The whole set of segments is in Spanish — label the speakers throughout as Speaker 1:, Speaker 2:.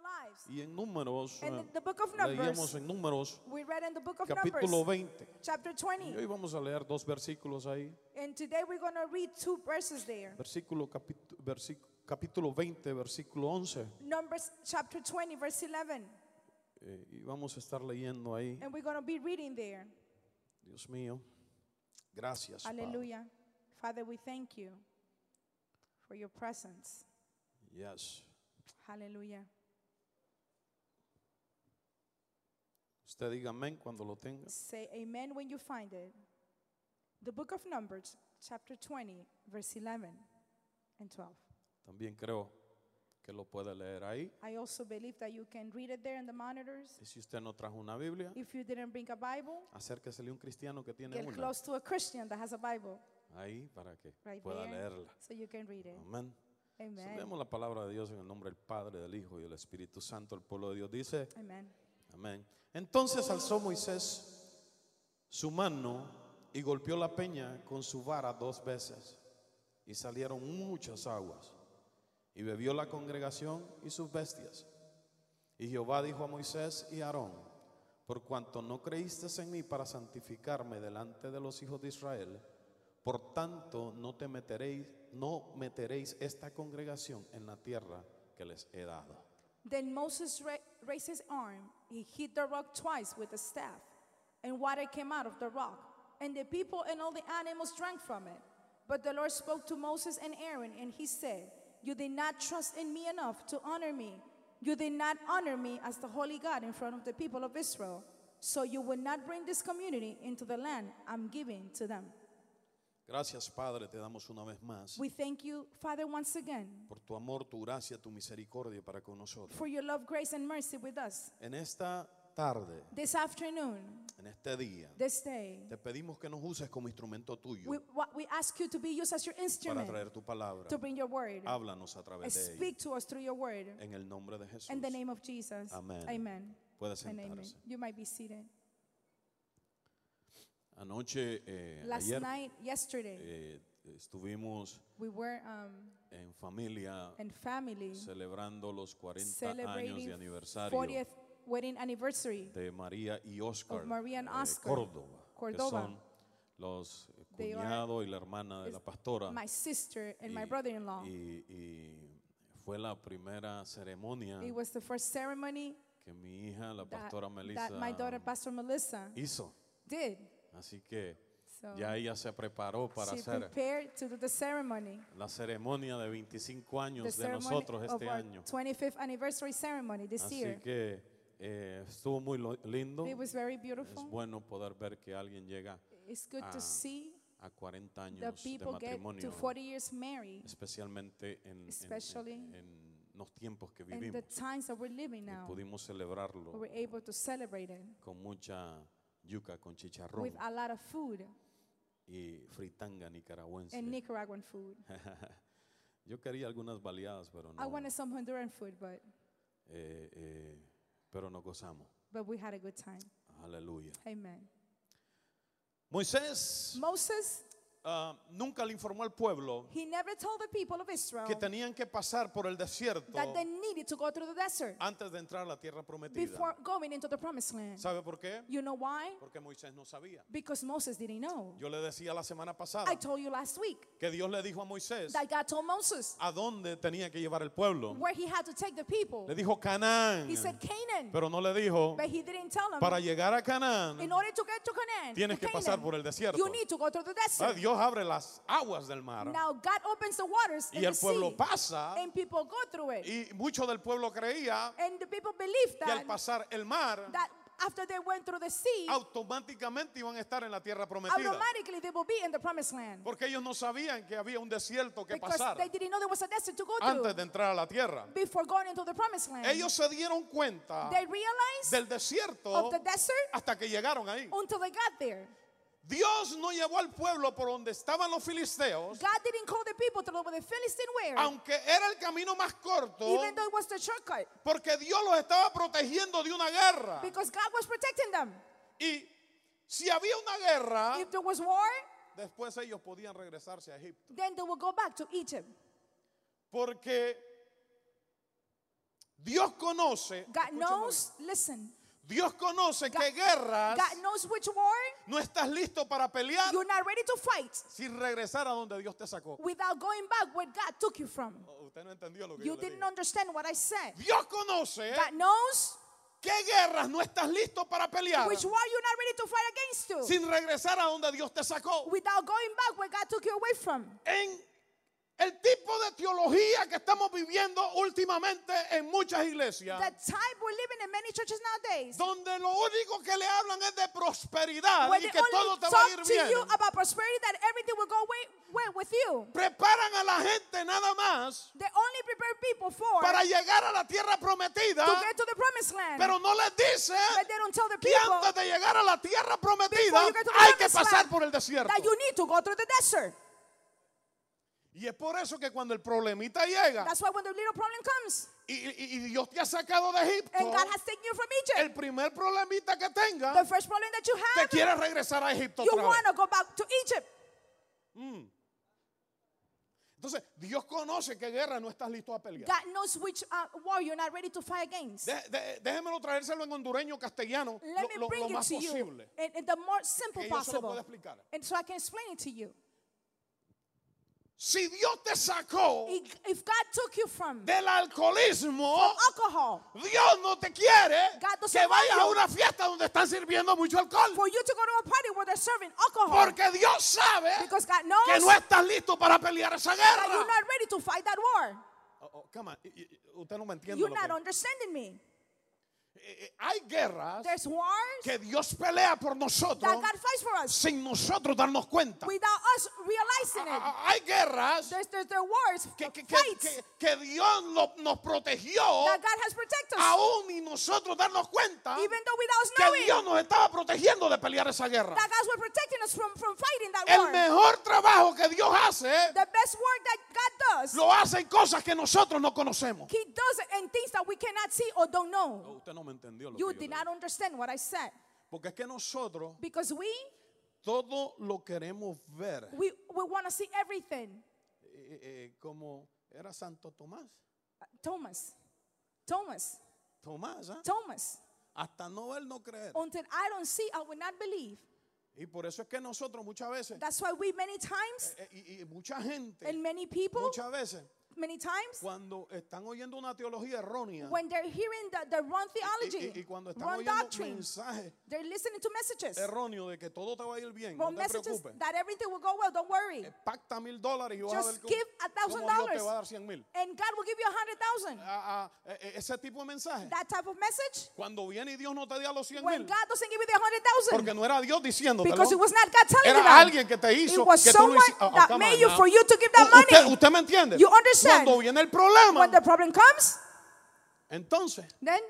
Speaker 1: lives.
Speaker 2: Y en números,
Speaker 1: And
Speaker 2: eh,
Speaker 1: in the book of Numbers,
Speaker 2: leíamos en números
Speaker 1: we read in the book of
Speaker 2: capítulo
Speaker 1: Numbers,
Speaker 2: 20.
Speaker 1: chapter
Speaker 2: Y
Speaker 1: 20.
Speaker 2: hoy vamos a leer dos versículos ahí.
Speaker 1: And today we're going to read two verses there.
Speaker 2: Versículo, capítulo, capítulo 20, versículo 11.
Speaker 1: Numbers chapter 20, verse 11.
Speaker 2: Eh, y vamos a estar leyendo ahí.
Speaker 1: And we're going to be reading there.
Speaker 2: Dios mío. Gracias. Padre.
Speaker 1: Hallelujah. Father, we thank you for your presence.
Speaker 2: Yes.
Speaker 1: Hallelujah.
Speaker 2: Usted diga amén cuando lo tenga.
Speaker 1: Say amen when you find it. The book of Numbers, chapter 20, verse 11 and 12.
Speaker 2: También creo que lo puede leer ahí.
Speaker 1: I also believe that you can read it there in the monitors.
Speaker 2: Y si usted no trajo una Biblia,
Speaker 1: If you didn't bring a Bible,
Speaker 2: acérquesele a un cristiano que tiene
Speaker 1: get
Speaker 2: una.
Speaker 1: close to a Christian that has a Bible
Speaker 2: Ahí para que
Speaker 1: right
Speaker 2: pueda
Speaker 1: there
Speaker 2: leerla.
Speaker 1: so you can read it.
Speaker 2: Amén.
Speaker 1: Amen.
Speaker 2: Leemos la palabra de Dios en el nombre del Padre, del Hijo y del Espíritu Santo. El pueblo de Dios dice,
Speaker 1: Amen.
Speaker 2: amén. Entonces alzó Moisés su mano y golpeó la peña con su vara dos veces y salieron muchas aguas y bebió la congregación y sus bestias. Y Jehová dijo a Moisés y a Aarón, por cuanto no creíste en mí para santificarme delante de los hijos de Israel, por tanto no te meteréis, no meteréis esta congregación en la tierra que les he dado.
Speaker 1: Then Moses ra- raised his arm. He hit the rock twice with a staff, and water came out of the rock. And the people and all the animals drank from it. But the Lord spoke to Moses and Aaron, and he said, You did not trust in me enough to honor me. You did not honor me as the holy God in front of the people of Israel. So you will not bring this community into the land I'm giving to them.
Speaker 2: Gracias Padre, te damos una vez más
Speaker 1: We thank you, Father, once again,
Speaker 2: por tu amor, tu gracia, tu misericordia para con nosotros.
Speaker 1: for your love, grace, and mercy with us.
Speaker 2: En esta tarde,
Speaker 1: This afternoon,
Speaker 2: en este día,
Speaker 1: this day,
Speaker 2: te pedimos que nos uses como instrumento tuyo
Speaker 1: We, what- we ask you to be used as your
Speaker 2: para
Speaker 1: instrument
Speaker 2: traer tu palabra.
Speaker 1: to bring your word
Speaker 2: Háblanos a
Speaker 1: and
Speaker 2: través de ella.
Speaker 1: speak to us through your word
Speaker 2: En el nombre de Jesús.
Speaker 1: in the name of Jesus.
Speaker 2: Amén.
Speaker 1: Amen.
Speaker 2: Puede
Speaker 1: And amen.
Speaker 2: sentarse.
Speaker 1: You might be seated.
Speaker 2: Anoche, eh,
Speaker 1: Last
Speaker 2: ayer,
Speaker 1: night, yesterday,
Speaker 2: eh, estuvimos
Speaker 1: we were um,
Speaker 2: en familia
Speaker 1: in family
Speaker 2: celebrando los 40 años de
Speaker 1: celebrating
Speaker 2: aniversario
Speaker 1: 40th wedding anniversary.
Speaker 2: de María y Oscar,
Speaker 1: of María and
Speaker 2: eh,
Speaker 1: Oscar,
Speaker 2: Córdoba, que
Speaker 1: Córdoba.
Speaker 2: son los eh,
Speaker 1: They are-
Speaker 2: cuñado y la hermana de
Speaker 1: is
Speaker 2: la pastora.
Speaker 1: My sister and my
Speaker 2: Y-
Speaker 1: brother-in-law.
Speaker 2: y- y fue la primera ceremonia
Speaker 1: It was the first ceremony
Speaker 2: que mi hija, la
Speaker 1: that,
Speaker 2: pastora Melissa,
Speaker 1: that my daughter, Pastor Melissa,
Speaker 2: hizo.
Speaker 1: did.
Speaker 2: Así que
Speaker 1: So
Speaker 2: ya ella se preparó para
Speaker 1: she
Speaker 2: hacer
Speaker 1: prepared to do the ceremony.
Speaker 2: la ceremonia de 25
Speaker 1: the
Speaker 2: años de
Speaker 1: ceremony
Speaker 2: nosotros
Speaker 1: of
Speaker 2: este
Speaker 1: our
Speaker 2: año.
Speaker 1: 25th anniversary ceremony this
Speaker 2: Así
Speaker 1: year.
Speaker 2: que eh, estuvo muy lo- lindo.
Speaker 1: It
Speaker 2: Es
Speaker 1: was very beautiful.
Speaker 2: bueno poder ver que alguien llega
Speaker 1: It's good
Speaker 2: ah,
Speaker 1: to see
Speaker 2: a 40
Speaker 1: the
Speaker 2: años de
Speaker 1: people get to
Speaker 2: matrimonio,
Speaker 1: 40 years married
Speaker 2: especialmente en, en-
Speaker 1: Especially
Speaker 2: en- en los tiempos que
Speaker 1: and the
Speaker 2: vivimos.
Speaker 1: times that we're living
Speaker 2: Y
Speaker 1: now.
Speaker 2: pudimos celebrarlo
Speaker 1: We were able to celebrate it
Speaker 2: con mucha yuca, con chicharrón
Speaker 1: with a lot of food
Speaker 2: y fritanga nicaragüense.
Speaker 1: and Nicaraguan food.
Speaker 2: Yo quería algunas baleadas, pero
Speaker 1: I
Speaker 2: no.
Speaker 1: wanted some Honduran food, but
Speaker 2: eh, eh, pero nos gozamos.
Speaker 1: but we had a good time.
Speaker 2: Aleluya.
Speaker 1: Amen.
Speaker 2: Moisés
Speaker 1: Moses,
Speaker 2: ah, nunca le informó al pueblo
Speaker 1: he never told the people of Israel
Speaker 2: que tenían que pasar por el desierto
Speaker 1: that they needed to go through the desert
Speaker 2: antes de entrar a la tierra prometida.
Speaker 1: before going into the promised land.
Speaker 2: ¿Sabe por qué?
Speaker 1: You know why?
Speaker 2: Porque Moisés no sabía.
Speaker 1: Because Moses didn't know.
Speaker 2: Yo le decía la semana pasada
Speaker 1: I told you last week
Speaker 2: que Dios le dijo a Moisés
Speaker 1: that God told Moses
Speaker 2: a dónde tenía que llevar el pueblo.
Speaker 1: where he had to take the
Speaker 2: Le
Speaker 1: people.
Speaker 2: dijo Canaán,
Speaker 1: He said Canaan,
Speaker 2: pero no le dijo
Speaker 1: but he didn't tell
Speaker 2: para
Speaker 1: them.
Speaker 2: llegar a Canaán.
Speaker 1: In order to get to Canaan,
Speaker 2: Tienes
Speaker 1: to
Speaker 2: que pasar
Speaker 1: Canaan,
Speaker 2: por el desierto.
Speaker 1: You need to go through the
Speaker 2: ah,
Speaker 1: desert.
Speaker 2: Dios abre las aguas del mar
Speaker 1: Now God opens the waters
Speaker 2: y
Speaker 1: and
Speaker 2: el
Speaker 1: the
Speaker 2: pueblo
Speaker 1: sea,
Speaker 2: pasa
Speaker 1: and people go through it.
Speaker 2: y mucho del pueblo creía
Speaker 1: and the people believe
Speaker 2: que al
Speaker 1: that
Speaker 2: pasar el mar
Speaker 1: that after they went through the sea,
Speaker 2: automáticamente iban a estar en la tierra prometida.
Speaker 1: automatically they will be in the promised land
Speaker 2: Porque ellos no sabían que había un desierto que
Speaker 1: because
Speaker 2: pasar
Speaker 1: they didn't know there was a desert to go
Speaker 2: antes
Speaker 1: through
Speaker 2: de entrar a la tierra.
Speaker 1: before going into the promised land.
Speaker 2: Ellos se dieron cuenta
Speaker 1: they realized
Speaker 2: del desierto
Speaker 1: of the desert Oh.
Speaker 2: hasta que llegaron ahí.
Speaker 1: until they got there.
Speaker 2: Dios no llevó al pueblo por donde estaban los filisteos,
Speaker 1: God didn't call the people to know where the Philistine were,
Speaker 2: aunque era el camino más corto,
Speaker 1: even though it was the shortcut,
Speaker 2: porque Dios los estaba protegiendo de una guerra.
Speaker 1: because God was protecting them.
Speaker 2: Y si había una guerra,
Speaker 1: If there was war,
Speaker 2: después ellos podían regresarse a Egipto.
Speaker 1: then they would go back to Egypt
Speaker 2: Porque Dios conoce,
Speaker 1: God
Speaker 2: escucha,
Speaker 1: knows, listen,
Speaker 2: Dios conoce que
Speaker 1: God-
Speaker 2: guerras
Speaker 1: God knows which war
Speaker 2: no estás listo para pelear
Speaker 1: you're not ready to fight
Speaker 2: sin regresar a donde Dios te sacó.
Speaker 1: without going back where God took you from.
Speaker 2: Oh, Usted no entendió lo que
Speaker 1: You
Speaker 2: yo le
Speaker 1: didn't
Speaker 2: dije.
Speaker 1: understand what I said.
Speaker 2: Dios conoce
Speaker 1: God knows
Speaker 2: qué guerras no estás listo para pelear
Speaker 1: which war you're not ready to fight against you
Speaker 2: sin regresar a donde Dios te sacó.
Speaker 1: without going back where God took you away from.
Speaker 2: en el tipo de teología que estamos viviendo últimamente en muchas iglesias,
Speaker 1: The type we're living in many churches nowadays,
Speaker 2: donde lo único que le hablan es de prosperidad
Speaker 1: where
Speaker 2: y
Speaker 1: they
Speaker 2: que todo
Speaker 1: only
Speaker 2: te va a
Speaker 1: talk
Speaker 2: ir
Speaker 1: to you
Speaker 2: bien.
Speaker 1: about prosperity that everything will go away well with you.
Speaker 2: Preparan a la gente nada más
Speaker 1: They only prepare people for
Speaker 2: para llegar a la tierra prometida,
Speaker 1: to get to the promised land.
Speaker 2: pero no les dicen
Speaker 1: but they don't tell the
Speaker 2: que
Speaker 1: people
Speaker 2: antes de llegar a la tierra prometida
Speaker 1: Before you get to the
Speaker 2: hay que
Speaker 1: promised
Speaker 2: pasar
Speaker 1: land,
Speaker 2: por el desierto.
Speaker 1: that you need to go through the desert.
Speaker 2: Y es por eso que cuando el problemita llega
Speaker 1: That's why when the little problem comes
Speaker 2: y, y- y Dios te ha sacado de
Speaker 1: and
Speaker 2: Egipto,
Speaker 1: God has taken you from
Speaker 2: el
Speaker 1: Egypt,
Speaker 2: primer problemita que tenga
Speaker 1: the first problem that you
Speaker 2: te
Speaker 1: have,
Speaker 2: quieres regresar a Egipto
Speaker 1: you
Speaker 2: otra vez.
Speaker 1: want to go back to Egypt.
Speaker 2: Entonces, Dios conoce qué guerra no estás listo a pelear.
Speaker 1: God knows which uh, war you're not ready to fight against.
Speaker 2: De- de- déjemelo traérselo en hondureño castellano
Speaker 1: Let
Speaker 2: lo-
Speaker 1: me
Speaker 2: lo,
Speaker 1: bring
Speaker 2: lo
Speaker 1: it
Speaker 2: más
Speaker 1: to you
Speaker 2: posible.
Speaker 1: in, in the more simple
Speaker 2: Que yo se lo
Speaker 1: possible.
Speaker 2: pueda explicar.
Speaker 1: And so I can explain it to you.
Speaker 2: Si Dios te sacó
Speaker 1: If if God took you from
Speaker 2: del alcoholismo,
Speaker 1: alcohol
Speaker 2: Dios no te quiere
Speaker 1: God doesn't
Speaker 2: que vayas a
Speaker 1: want you.
Speaker 2: una fiesta donde están sirviendo mucho alcohol.
Speaker 1: for you to go to a party where they're serving alcohol
Speaker 2: Porque Dios sabe
Speaker 1: because God
Speaker 2: que
Speaker 1: knows
Speaker 2: no estás listo para pelear
Speaker 1: that
Speaker 2: esa
Speaker 1: you're
Speaker 2: guerra.
Speaker 1: not ready to fight that war.
Speaker 2: Oh, oh, come on, y- y- Usted no me entiende.
Speaker 1: You're
Speaker 2: lo
Speaker 1: not
Speaker 2: que-
Speaker 1: understanding me.
Speaker 2: Eh, eh, Hay guerras
Speaker 1: There's wars
Speaker 2: que Dios pelea por
Speaker 1: that
Speaker 2: nosotros
Speaker 1: God fights for us
Speaker 2: sin nosotros darnos cuenta.
Speaker 1: without us realizing it.
Speaker 2: A- a- Hay guerras
Speaker 1: There's, there's there are wars,
Speaker 2: que, que- que-
Speaker 1: fights
Speaker 2: que- que Dios lo- nos protegió
Speaker 1: that God has protected us,
Speaker 2: aún y nosotros darnos cuenta
Speaker 1: even though without us
Speaker 2: que
Speaker 1: knowing
Speaker 2: Dios nos estaba protegiendo de pelear esa guerra.
Speaker 1: that God was protecting us from, from fighting that
Speaker 2: El
Speaker 1: war.
Speaker 2: mejor trabajo que Dios hace
Speaker 1: The best work that God does,
Speaker 2: lo hace en cosas que nosotros no conocemos.
Speaker 1: He does it in things that we cannot see or don't know.
Speaker 2: Usted no me entendió lo
Speaker 1: You did not understand what I said
Speaker 2: Porque es que nosotros
Speaker 1: because we
Speaker 2: todo lo queremos ver. Eh,
Speaker 1: we, we want to see everything.
Speaker 2: como era Santo Tomás.
Speaker 1: Uh, Thomas, Thomas,
Speaker 2: Tomás, ¿ah?
Speaker 1: Thomas.
Speaker 2: hasta no ver, no creer.
Speaker 1: Until I don't see, I will not believe.
Speaker 2: Y por eso es que nosotros muchas veces, eh,
Speaker 1: That's why we many times
Speaker 2: y, mucha gente,
Speaker 1: and many people
Speaker 2: muchas veces,
Speaker 1: many times
Speaker 2: Cuando están oyendo una teología errónea
Speaker 1: when they're hearing the, the wrong
Speaker 2: y-
Speaker 1: theology,
Speaker 2: y, y cuando están
Speaker 1: wrong
Speaker 2: oyendo
Speaker 1: doctrine,
Speaker 2: mensajes
Speaker 1: they're listening to messages,
Speaker 2: erróneos de que todo te va a ir bien,
Speaker 1: wrong
Speaker 2: no te
Speaker 1: messages
Speaker 2: preocupes.
Speaker 1: that everything will go well. Don't worry,
Speaker 2: eh, Pacta mil dólares y vas a
Speaker 1: Just
Speaker 2: ver cómo,
Speaker 1: give a thousand
Speaker 2: cómo Dios te
Speaker 1: dollars.
Speaker 2: va a dar cien mil.
Speaker 1: and God will give you a hundred thousand.
Speaker 2: Ah, ah, eh, eh, ese tipo de mensaje.
Speaker 1: That type of message
Speaker 2: Cuando viene y Dios no te dio los cien
Speaker 1: when
Speaker 2: mil,
Speaker 1: God doesn't give you the hundred
Speaker 2: porque
Speaker 1: thousand
Speaker 2: no era Dios diciéndotelo.
Speaker 1: because it was not God telling you
Speaker 2: Era
Speaker 1: that.
Speaker 2: alguien que te hizo
Speaker 1: it was
Speaker 2: que tú lo
Speaker 1: someone
Speaker 2: hici- oh, oh,
Speaker 1: that
Speaker 2: come
Speaker 1: made
Speaker 2: on
Speaker 1: you
Speaker 2: now.
Speaker 1: for you to give that
Speaker 2: U- Usted,
Speaker 1: money.
Speaker 2: usted me entiende.
Speaker 1: You understand.
Speaker 2: Cuando viene el
Speaker 1: When
Speaker 2: problema,
Speaker 1: the problem comes,
Speaker 2: entonces
Speaker 1: then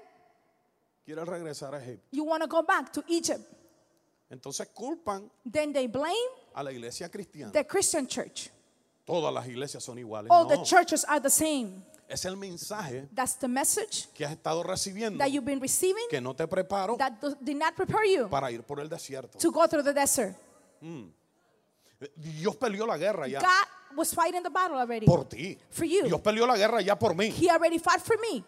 Speaker 2: quieres regresar a Egipto.
Speaker 1: you want to go back to Egypt.
Speaker 2: Entonces culpan
Speaker 1: Then they blame
Speaker 2: a la iglesia cristiana.
Speaker 1: the Christian church.
Speaker 2: Todas las iglesias son iguales.
Speaker 1: All
Speaker 2: No.
Speaker 1: the churches are the same.
Speaker 2: Es el mensaje
Speaker 1: That's the message
Speaker 2: que has estado recibiendo
Speaker 1: that you've been receiving
Speaker 2: que no te preparo
Speaker 1: that do- did not prepare you
Speaker 2: para ir por el desierto.
Speaker 1: to go through the desert.
Speaker 2: Dios peleó la guerra ya
Speaker 1: God was fighting the battle already.
Speaker 2: por ti.
Speaker 1: For you.
Speaker 2: Dios peleó la guerra ya por mí.
Speaker 1: He already fought for me.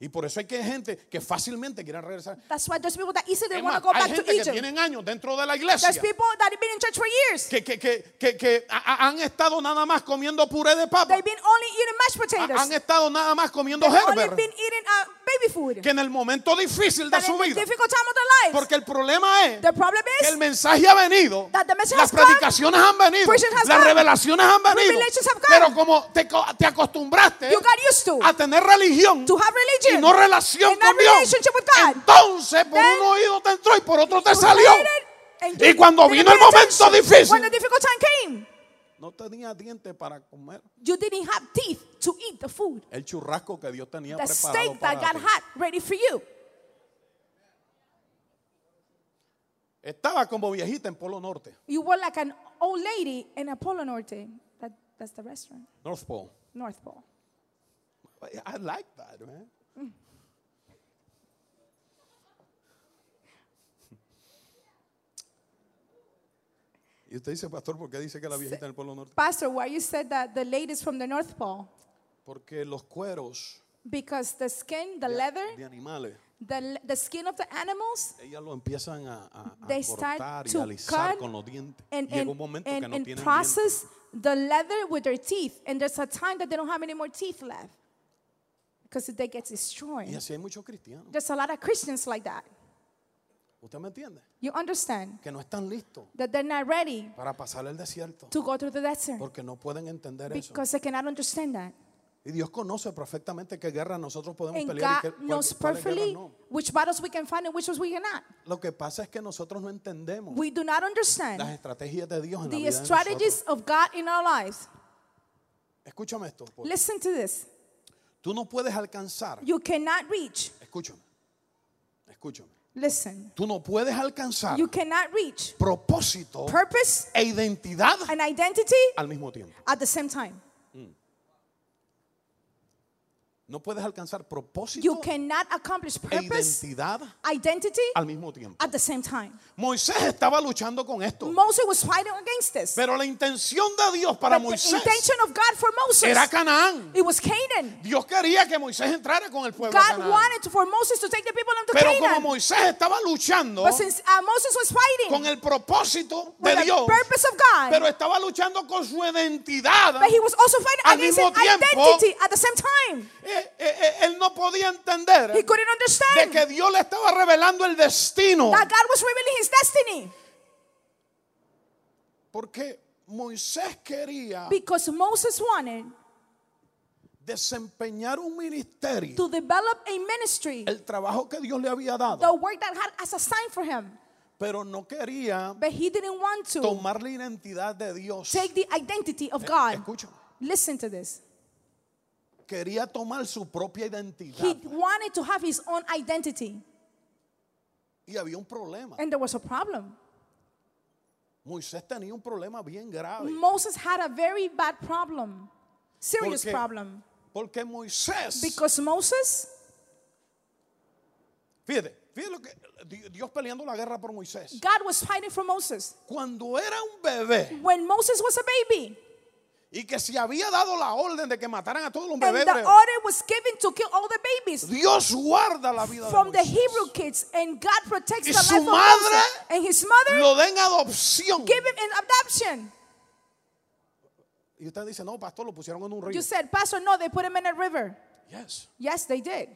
Speaker 2: Y por eso hay que gente que fácilmente quiere regresar.
Speaker 1: That's why there's people that easily
Speaker 2: Es
Speaker 1: want
Speaker 2: más,
Speaker 1: to go
Speaker 2: hay
Speaker 1: back to
Speaker 2: gente que
Speaker 1: Egypt.
Speaker 2: tienen años dentro de la
Speaker 1: There's
Speaker 2: iglesia
Speaker 1: people that have been in church for years.
Speaker 2: que, que- que- que- que ha- ha- han estado nada más comiendo puré de papa.
Speaker 1: They've been only eating mashed
Speaker 2: Ha- Han
Speaker 1: potatoes.
Speaker 2: estado nada más comiendo
Speaker 1: Only
Speaker 2: Herbert.
Speaker 1: been eating uh, baby food.
Speaker 2: Que en el momento difícil de
Speaker 1: That
Speaker 2: su
Speaker 1: in the
Speaker 2: vida.
Speaker 1: difficult time of their lives.
Speaker 2: Porque el problema es
Speaker 1: The problem
Speaker 2: que el
Speaker 1: is
Speaker 2: mensaje ha venido,
Speaker 1: That the message
Speaker 2: las
Speaker 1: has come,
Speaker 2: predicaciones han venido,
Speaker 1: preaching has
Speaker 2: las
Speaker 1: come,
Speaker 2: revelaciones han venido,
Speaker 1: revelations have come.
Speaker 2: pero como te, co- te acostumbraste
Speaker 1: you got used to
Speaker 2: a tener religión
Speaker 1: to have
Speaker 2: y
Speaker 1: religion
Speaker 2: no relación
Speaker 1: and not
Speaker 2: con Dios,
Speaker 1: relationship with God.
Speaker 2: entonces por
Speaker 1: Then,
Speaker 2: un oído te entró y por otro te
Speaker 1: You
Speaker 2: salió.
Speaker 1: tried it, and
Speaker 2: Y
Speaker 1: you
Speaker 2: cuando
Speaker 1: didn't
Speaker 2: vino el
Speaker 1: pay
Speaker 2: momento
Speaker 1: attention.
Speaker 2: difícil-
Speaker 1: when the difficult time came,
Speaker 2: No tenía dientes para comer
Speaker 1: you didn't have teeth to eat the food,
Speaker 2: el churrasco que Dios tenía
Speaker 1: the
Speaker 2: preparado
Speaker 1: steak that
Speaker 2: para
Speaker 1: God
Speaker 2: ti.
Speaker 1: had ready for you.
Speaker 2: Estaba como viejita en Polo Norte,
Speaker 1: You were like an old lady in a Polo Norte. That, that's the restaurant,
Speaker 2: North Pole.
Speaker 1: North Pole.
Speaker 2: I like that, man. Y usted dice, pastor, ¿por qué dice que la viejita en el Polo Norte?
Speaker 1: Pastor, why you said that the ladies from the North Pole?
Speaker 2: Porque los cueros
Speaker 1: because the skin, the
Speaker 2: de,
Speaker 1: leather,
Speaker 2: de animales.
Speaker 1: the, le- the skin of the animals,
Speaker 2: Ellas lo empiezan a, a- a
Speaker 1: They start
Speaker 2: cortar y
Speaker 1: to
Speaker 2: a alisar
Speaker 1: cut
Speaker 2: con los dientes.
Speaker 1: and,
Speaker 2: Llega
Speaker 1: and,
Speaker 2: un momento
Speaker 1: and,
Speaker 2: que no
Speaker 1: and
Speaker 2: tienen dientes.
Speaker 1: process the leather with their teeth. And there's a time that they don't have any more teeth left because they get destroyed.
Speaker 2: Y así hay muchos cristianos.
Speaker 1: There's a lot of Christians like that.
Speaker 2: ¿Usted me entiende?
Speaker 1: You understand
Speaker 2: Que no están listos
Speaker 1: that they're not ready
Speaker 2: para pasar el desierto
Speaker 1: to go through the desert
Speaker 2: porque no pueden entender eso.
Speaker 1: because they cannot understand that.
Speaker 2: Y Dios conoce perfectamente qué guerra nosotros podemos
Speaker 1: And
Speaker 2: pelear
Speaker 1: God
Speaker 2: y qué, cuál-
Speaker 1: knows
Speaker 2: cuáles guerras
Speaker 1: perfectly
Speaker 2: no.
Speaker 1: which battles we can fight and which ones we cannot.
Speaker 2: Lo que pasa es que nosotros no entendemos
Speaker 1: We do not
Speaker 2: las
Speaker 1: understand
Speaker 2: estrategias de Dios en la
Speaker 1: the
Speaker 2: vida de nosotros.
Speaker 1: strategies of God in our lives.
Speaker 2: Escúchame esto. porque
Speaker 1: Listen to this.
Speaker 2: Tú no puedes alcanzar.
Speaker 1: You cannot reach.
Speaker 2: Escúchame. Escúchame.
Speaker 1: Listen.
Speaker 2: Tú no puedes alcanzar
Speaker 1: You cannot reach
Speaker 2: propósito
Speaker 1: purpose
Speaker 2: e identidad
Speaker 1: and identity
Speaker 2: al mismo tiempo.
Speaker 1: at the same time.
Speaker 2: No puedes alcanzar propósito
Speaker 1: You cannot accomplish
Speaker 2: e
Speaker 1: purpose,
Speaker 2: identidad
Speaker 1: identity
Speaker 2: al mismo tiempo.
Speaker 1: at the same time.
Speaker 2: Moisés estaba luchando con esto,
Speaker 1: Moses was fighting against this.
Speaker 2: Oh. pero la intención de Dios para
Speaker 1: But the
Speaker 2: Moisés
Speaker 1: intention of God for Moses,
Speaker 2: era Canaán.
Speaker 1: it was Canaan.
Speaker 2: Dios quería que Moisés entrara con el pueblo a
Speaker 1: God
Speaker 2: Canaán.
Speaker 1: wanted to- for Moses to take the people into
Speaker 2: Pero como
Speaker 1: Canaan.
Speaker 2: Moisés estaba luchando
Speaker 1: But since uh, Moses was fighting
Speaker 2: con el propósito
Speaker 1: for
Speaker 2: de
Speaker 1: the
Speaker 2: Dios,
Speaker 1: purpose of God,
Speaker 2: pero estaba luchando con su identidad,
Speaker 1: but he was also
Speaker 2: al
Speaker 1: fighting against
Speaker 2: mismo
Speaker 1: his
Speaker 2: tiempo-
Speaker 1: identity at the same time.
Speaker 2: eh, eh, eh, él no podía
Speaker 1: He
Speaker 2: entender
Speaker 1: couldn't
Speaker 2: de
Speaker 1: understand
Speaker 2: que Dios le estaba revelando el destino.
Speaker 1: that God was revealing his destiny
Speaker 2: Porque Moisés quería
Speaker 1: because Moses wanted
Speaker 2: desempeñar un ministerio,
Speaker 1: to develop a ministry,
Speaker 2: el trabajo que Dios le había dado,
Speaker 1: the work that God has assigned for him.
Speaker 2: pero no quería
Speaker 1: But he didn't want to
Speaker 2: tomar la identidad de Dios.
Speaker 1: take the identity of God.
Speaker 2: Escucha,
Speaker 1: Listen to this.
Speaker 2: quería tomar su propia identidad.
Speaker 1: He wanted to have his own identity.
Speaker 2: Y había un problema.
Speaker 1: And there was a problem.
Speaker 2: Moisés tenía un problema bien grave.
Speaker 1: Moses had a very bad problem, serious
Speaker 2: Porque-
Speaker 1: problem.
Speaker 2: Porque Moisés,
Speaker 1: Because Moses,
Speaker 2: fíjate, fíjate lo que Di- Dios peleando la guerra por Moisés.
Speaker 1: God was fighting for Moses.
Speaker 2: Cuando era un bebé
Speaker 1: When Moses was a baby,
Speaker 2: y que se había dado la orden de que mataran a todos los
Speaker 1: and
Speaker 2: bebés,
Speaker 1: the
Speaker 2: hebreos,
Speaker 1: order was given to kill all the babies
Speaker 2: Dios guarda la vida
Speaker 1: from the
Speaker 2: de Moisés.
Speaker 1: Hebrew kids, and God protects
Speaker 2: Y
Speaker 1: the
Speaker 2: su
Speaker 1: life of
Speaker 2: madre
Speaker 1: Moses. And his mother
Speaker 2: Lo den adopción.
Speaker 1: gave him an adoption.
Speaker 2: Y usted dice, no, pastor, lo pusieron en un río.
Speaker 1: You said, Pastor, no, they put him in a river.
Speaker 2: Yes.
Speaker 1: Yes, they did.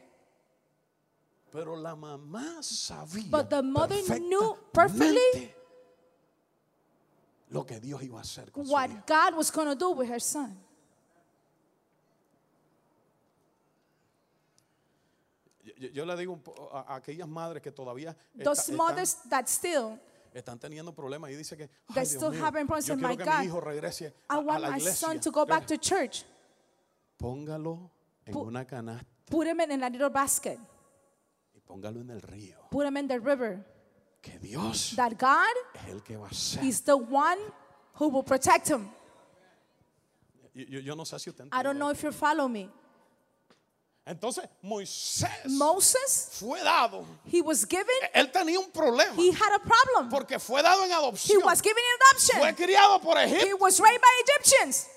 Speaker 2: Pero la mamá sabía
Speaker 1: But the mother knew perfectly
Speaker 2: perfectamente lo que Dios iba a hacer con su vida.
Speaker 1: What God was going to do with her son.
Speaker 2: Yo- Yo, yo le digo un po- a, a aquellas madres que todavía esta-
Speaker 1: Those
Speaker 2: están-
Speaker 1: mothers that still,
Speaker 2: están, teniendo problemas y dice que "Ay,
Speaker 1: They
Speaker 2: Dios
Speaker 1: still
Speaker 2: mío,
Speaker 1: having problems
Speaker 2: yo
Speaker 1: and
Speaker 2: quiero
Speaker 1: my
Speaker 2: que
Speaker 1: God,
Speaker 2: mi hijo regrese a,
Speaker 1: I
Speaker 2: a
Speaker 1: want
Speaker 2: la
Speaker 1: my
Speaker 2: iglesia.
Speaker 1: son to go back to church.
Speaker 2: Póngalo en
Speaker 1: Pu-
Speaker 2: una canasta
Speaker 1: Put him in a little basket.
Speaker 2: y póngalo en el río.
Speaker 1: Put him in the river.
Speaker 2: Que Dios
Speaker 1: That God
Speaker 2: es el que va a hacer.
Speaker 1: is the one who will protect him.
Speaker 2: Yo, yo- yo no sé si usted
Speaker 1: I don't
Speaker 2: entiende.
Speaker 1: know if you follow me.
Speaker 2: Entonces Moisés
Speaker 1: Moses,
Speaker 2: fue dado.
Speaker 1: he was given,
Speaker 2: Él tenía un problema
Speaker 1: he had a problem.
Speaker 2: porque fue dado en
Speaker 1: He
Speaker 2: adopción.
Speaker 1: was given an
Speaker 2: Fue
Speaker 1: adoption.
Speaker 2: criado por Egipto.
Speaker 1: He was raised by Egyptians.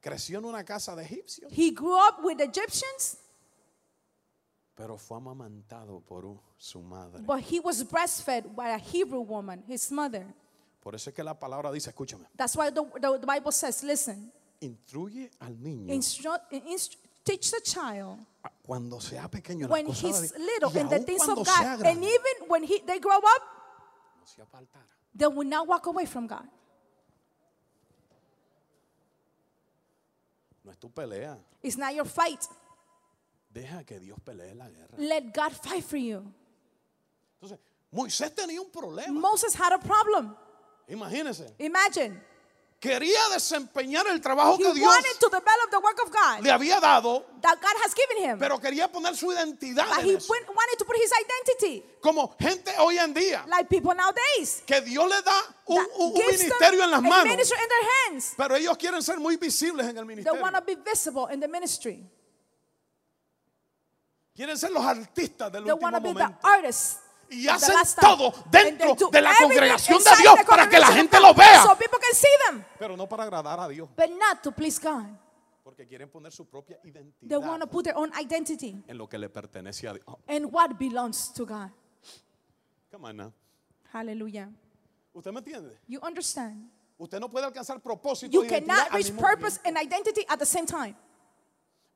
Speaker 2: Creció en una casa de egipcios,
Speaker 1: He grew up with Egyptians,
Speaker 2: pero fue amamantado por u- su madre.
Speaker 1: but he was breastfed by a Hebrew woman, his mother.
Speaker 2: Por eso es que la palabra dice, escúchame,
Speaker 1: That's why the, the, the Bible says, listen,
Speaker 2: instruye al niño
Speaker 1: instruct, inst- teach the child
Speaker 2: a- cuando sea pequeño en las
Speaker 1: when
Speaker 2: cosas de
Speaker 1: he's
Speaker 2: Dios,
Speaker 1: little
Speaker 2: y
Speaker 1: in the
Speaker 2: aun
Speaker 1: things
Speaker 2: cuando
Speaker 1: of
Speaker 2: sea
Speaker 1: God. And
Speaker 2: grande,
Speaker 1: even when he, they grow up,
Speaker 2: no se apartará.
Speaker 1: they will not walk away from God.
Speaker 2: No es tu pelea.
Speaker 1: It's not your fight.
Speaker 2: Deja que Dios pelee la guerra.
Speaker 1: Let God fight for you.
Speaker 2: Entonces, Moisés tenía un problema.
Speaker 1: Moses had a problem.
Speaker 2: Imagínense.
Speaker 1: Imagine.
Speaker 2: Quería desempeñar el trabajo
Speaker 1: He
Speaker 2: que Dios
Speaker 1: wanted to develop the work of God
Speaker 2: le había dado,
Speaker 1: that God has given him.
Speaker 2: pero quería poner su identidad
Speaker 1: But
Speaker 2: en
Speaker 1: he
Speaker 2: eso.
Speaker 1: went- wanted to put his identity
Speaker 2: Como gente hoy en día
Speaker 1: like people nowadays.
Speaker 2: que Dios le da un,
Speaker 1: that
Speaker 2: un- un
Speaker 1: gives them
Speaker 2: ministerio en las
Speaker 1: a
Speaker 2: manos,
Speaker 1: ministry in their hands.
Speaker 2: pero ellos quieren ser muy visibles en el
Speaker 1: They
Speaker 2: ministerio.
Speaker 1: want to be visible in the ministry.
Speaker 2: Quieren ser los artistas del
Speaker 1: They want
Speaker 2: último
Speaker 1: to be the
Speaker 2: momento.
Speaker 1: artists.
Speaker 2: Y
Speaker 1: of the
Speaker 2: hacen
Speaker 1: last time.
Speaker 2: todo dentro
Speaker 1: And they do
Speaker 2: de la
Speaker 1: everything
Speaker 2: congregación de
Speaker 1: inside
Speaker 2: Dios
Speaker 1: the
Speaker 2: para que la
Speaker 1: congregation
Speaker 2: gente
Speaker 1: of
Speaker 2: lo
Speaker 1: God,
Speaker 2: vea.
Speaker 1: So people can see them,
Speaker 2: Pero no para agradar a Dios.
Speaker 1: but not to please God.
Speaker 2: Porque quieren poner su propia
Speaker 1: They want to
Speaker 2: identidad
Speaker 1: put their own identity
Speaker 2: en lo que le pertenece a Dios. Oh,
Speaker 1: and what belongs to God.
Speaker 2: come on now.
Speaker 1: Hallelujah.
Speaker 2: ¿Usted me entiende?
Speaker 1: You understand?
Speaker 2: Usted no puede alcanzar propósito
Speaker 1: You
Speaker 2: e identidad
Speaker 1: cannot
Speaker 2: al
Speaker 1: reach
Speaker 2: mismo
Speaker 1: purpose
Speaker 2: tiempo.
Speaker 1: and identity at the same time.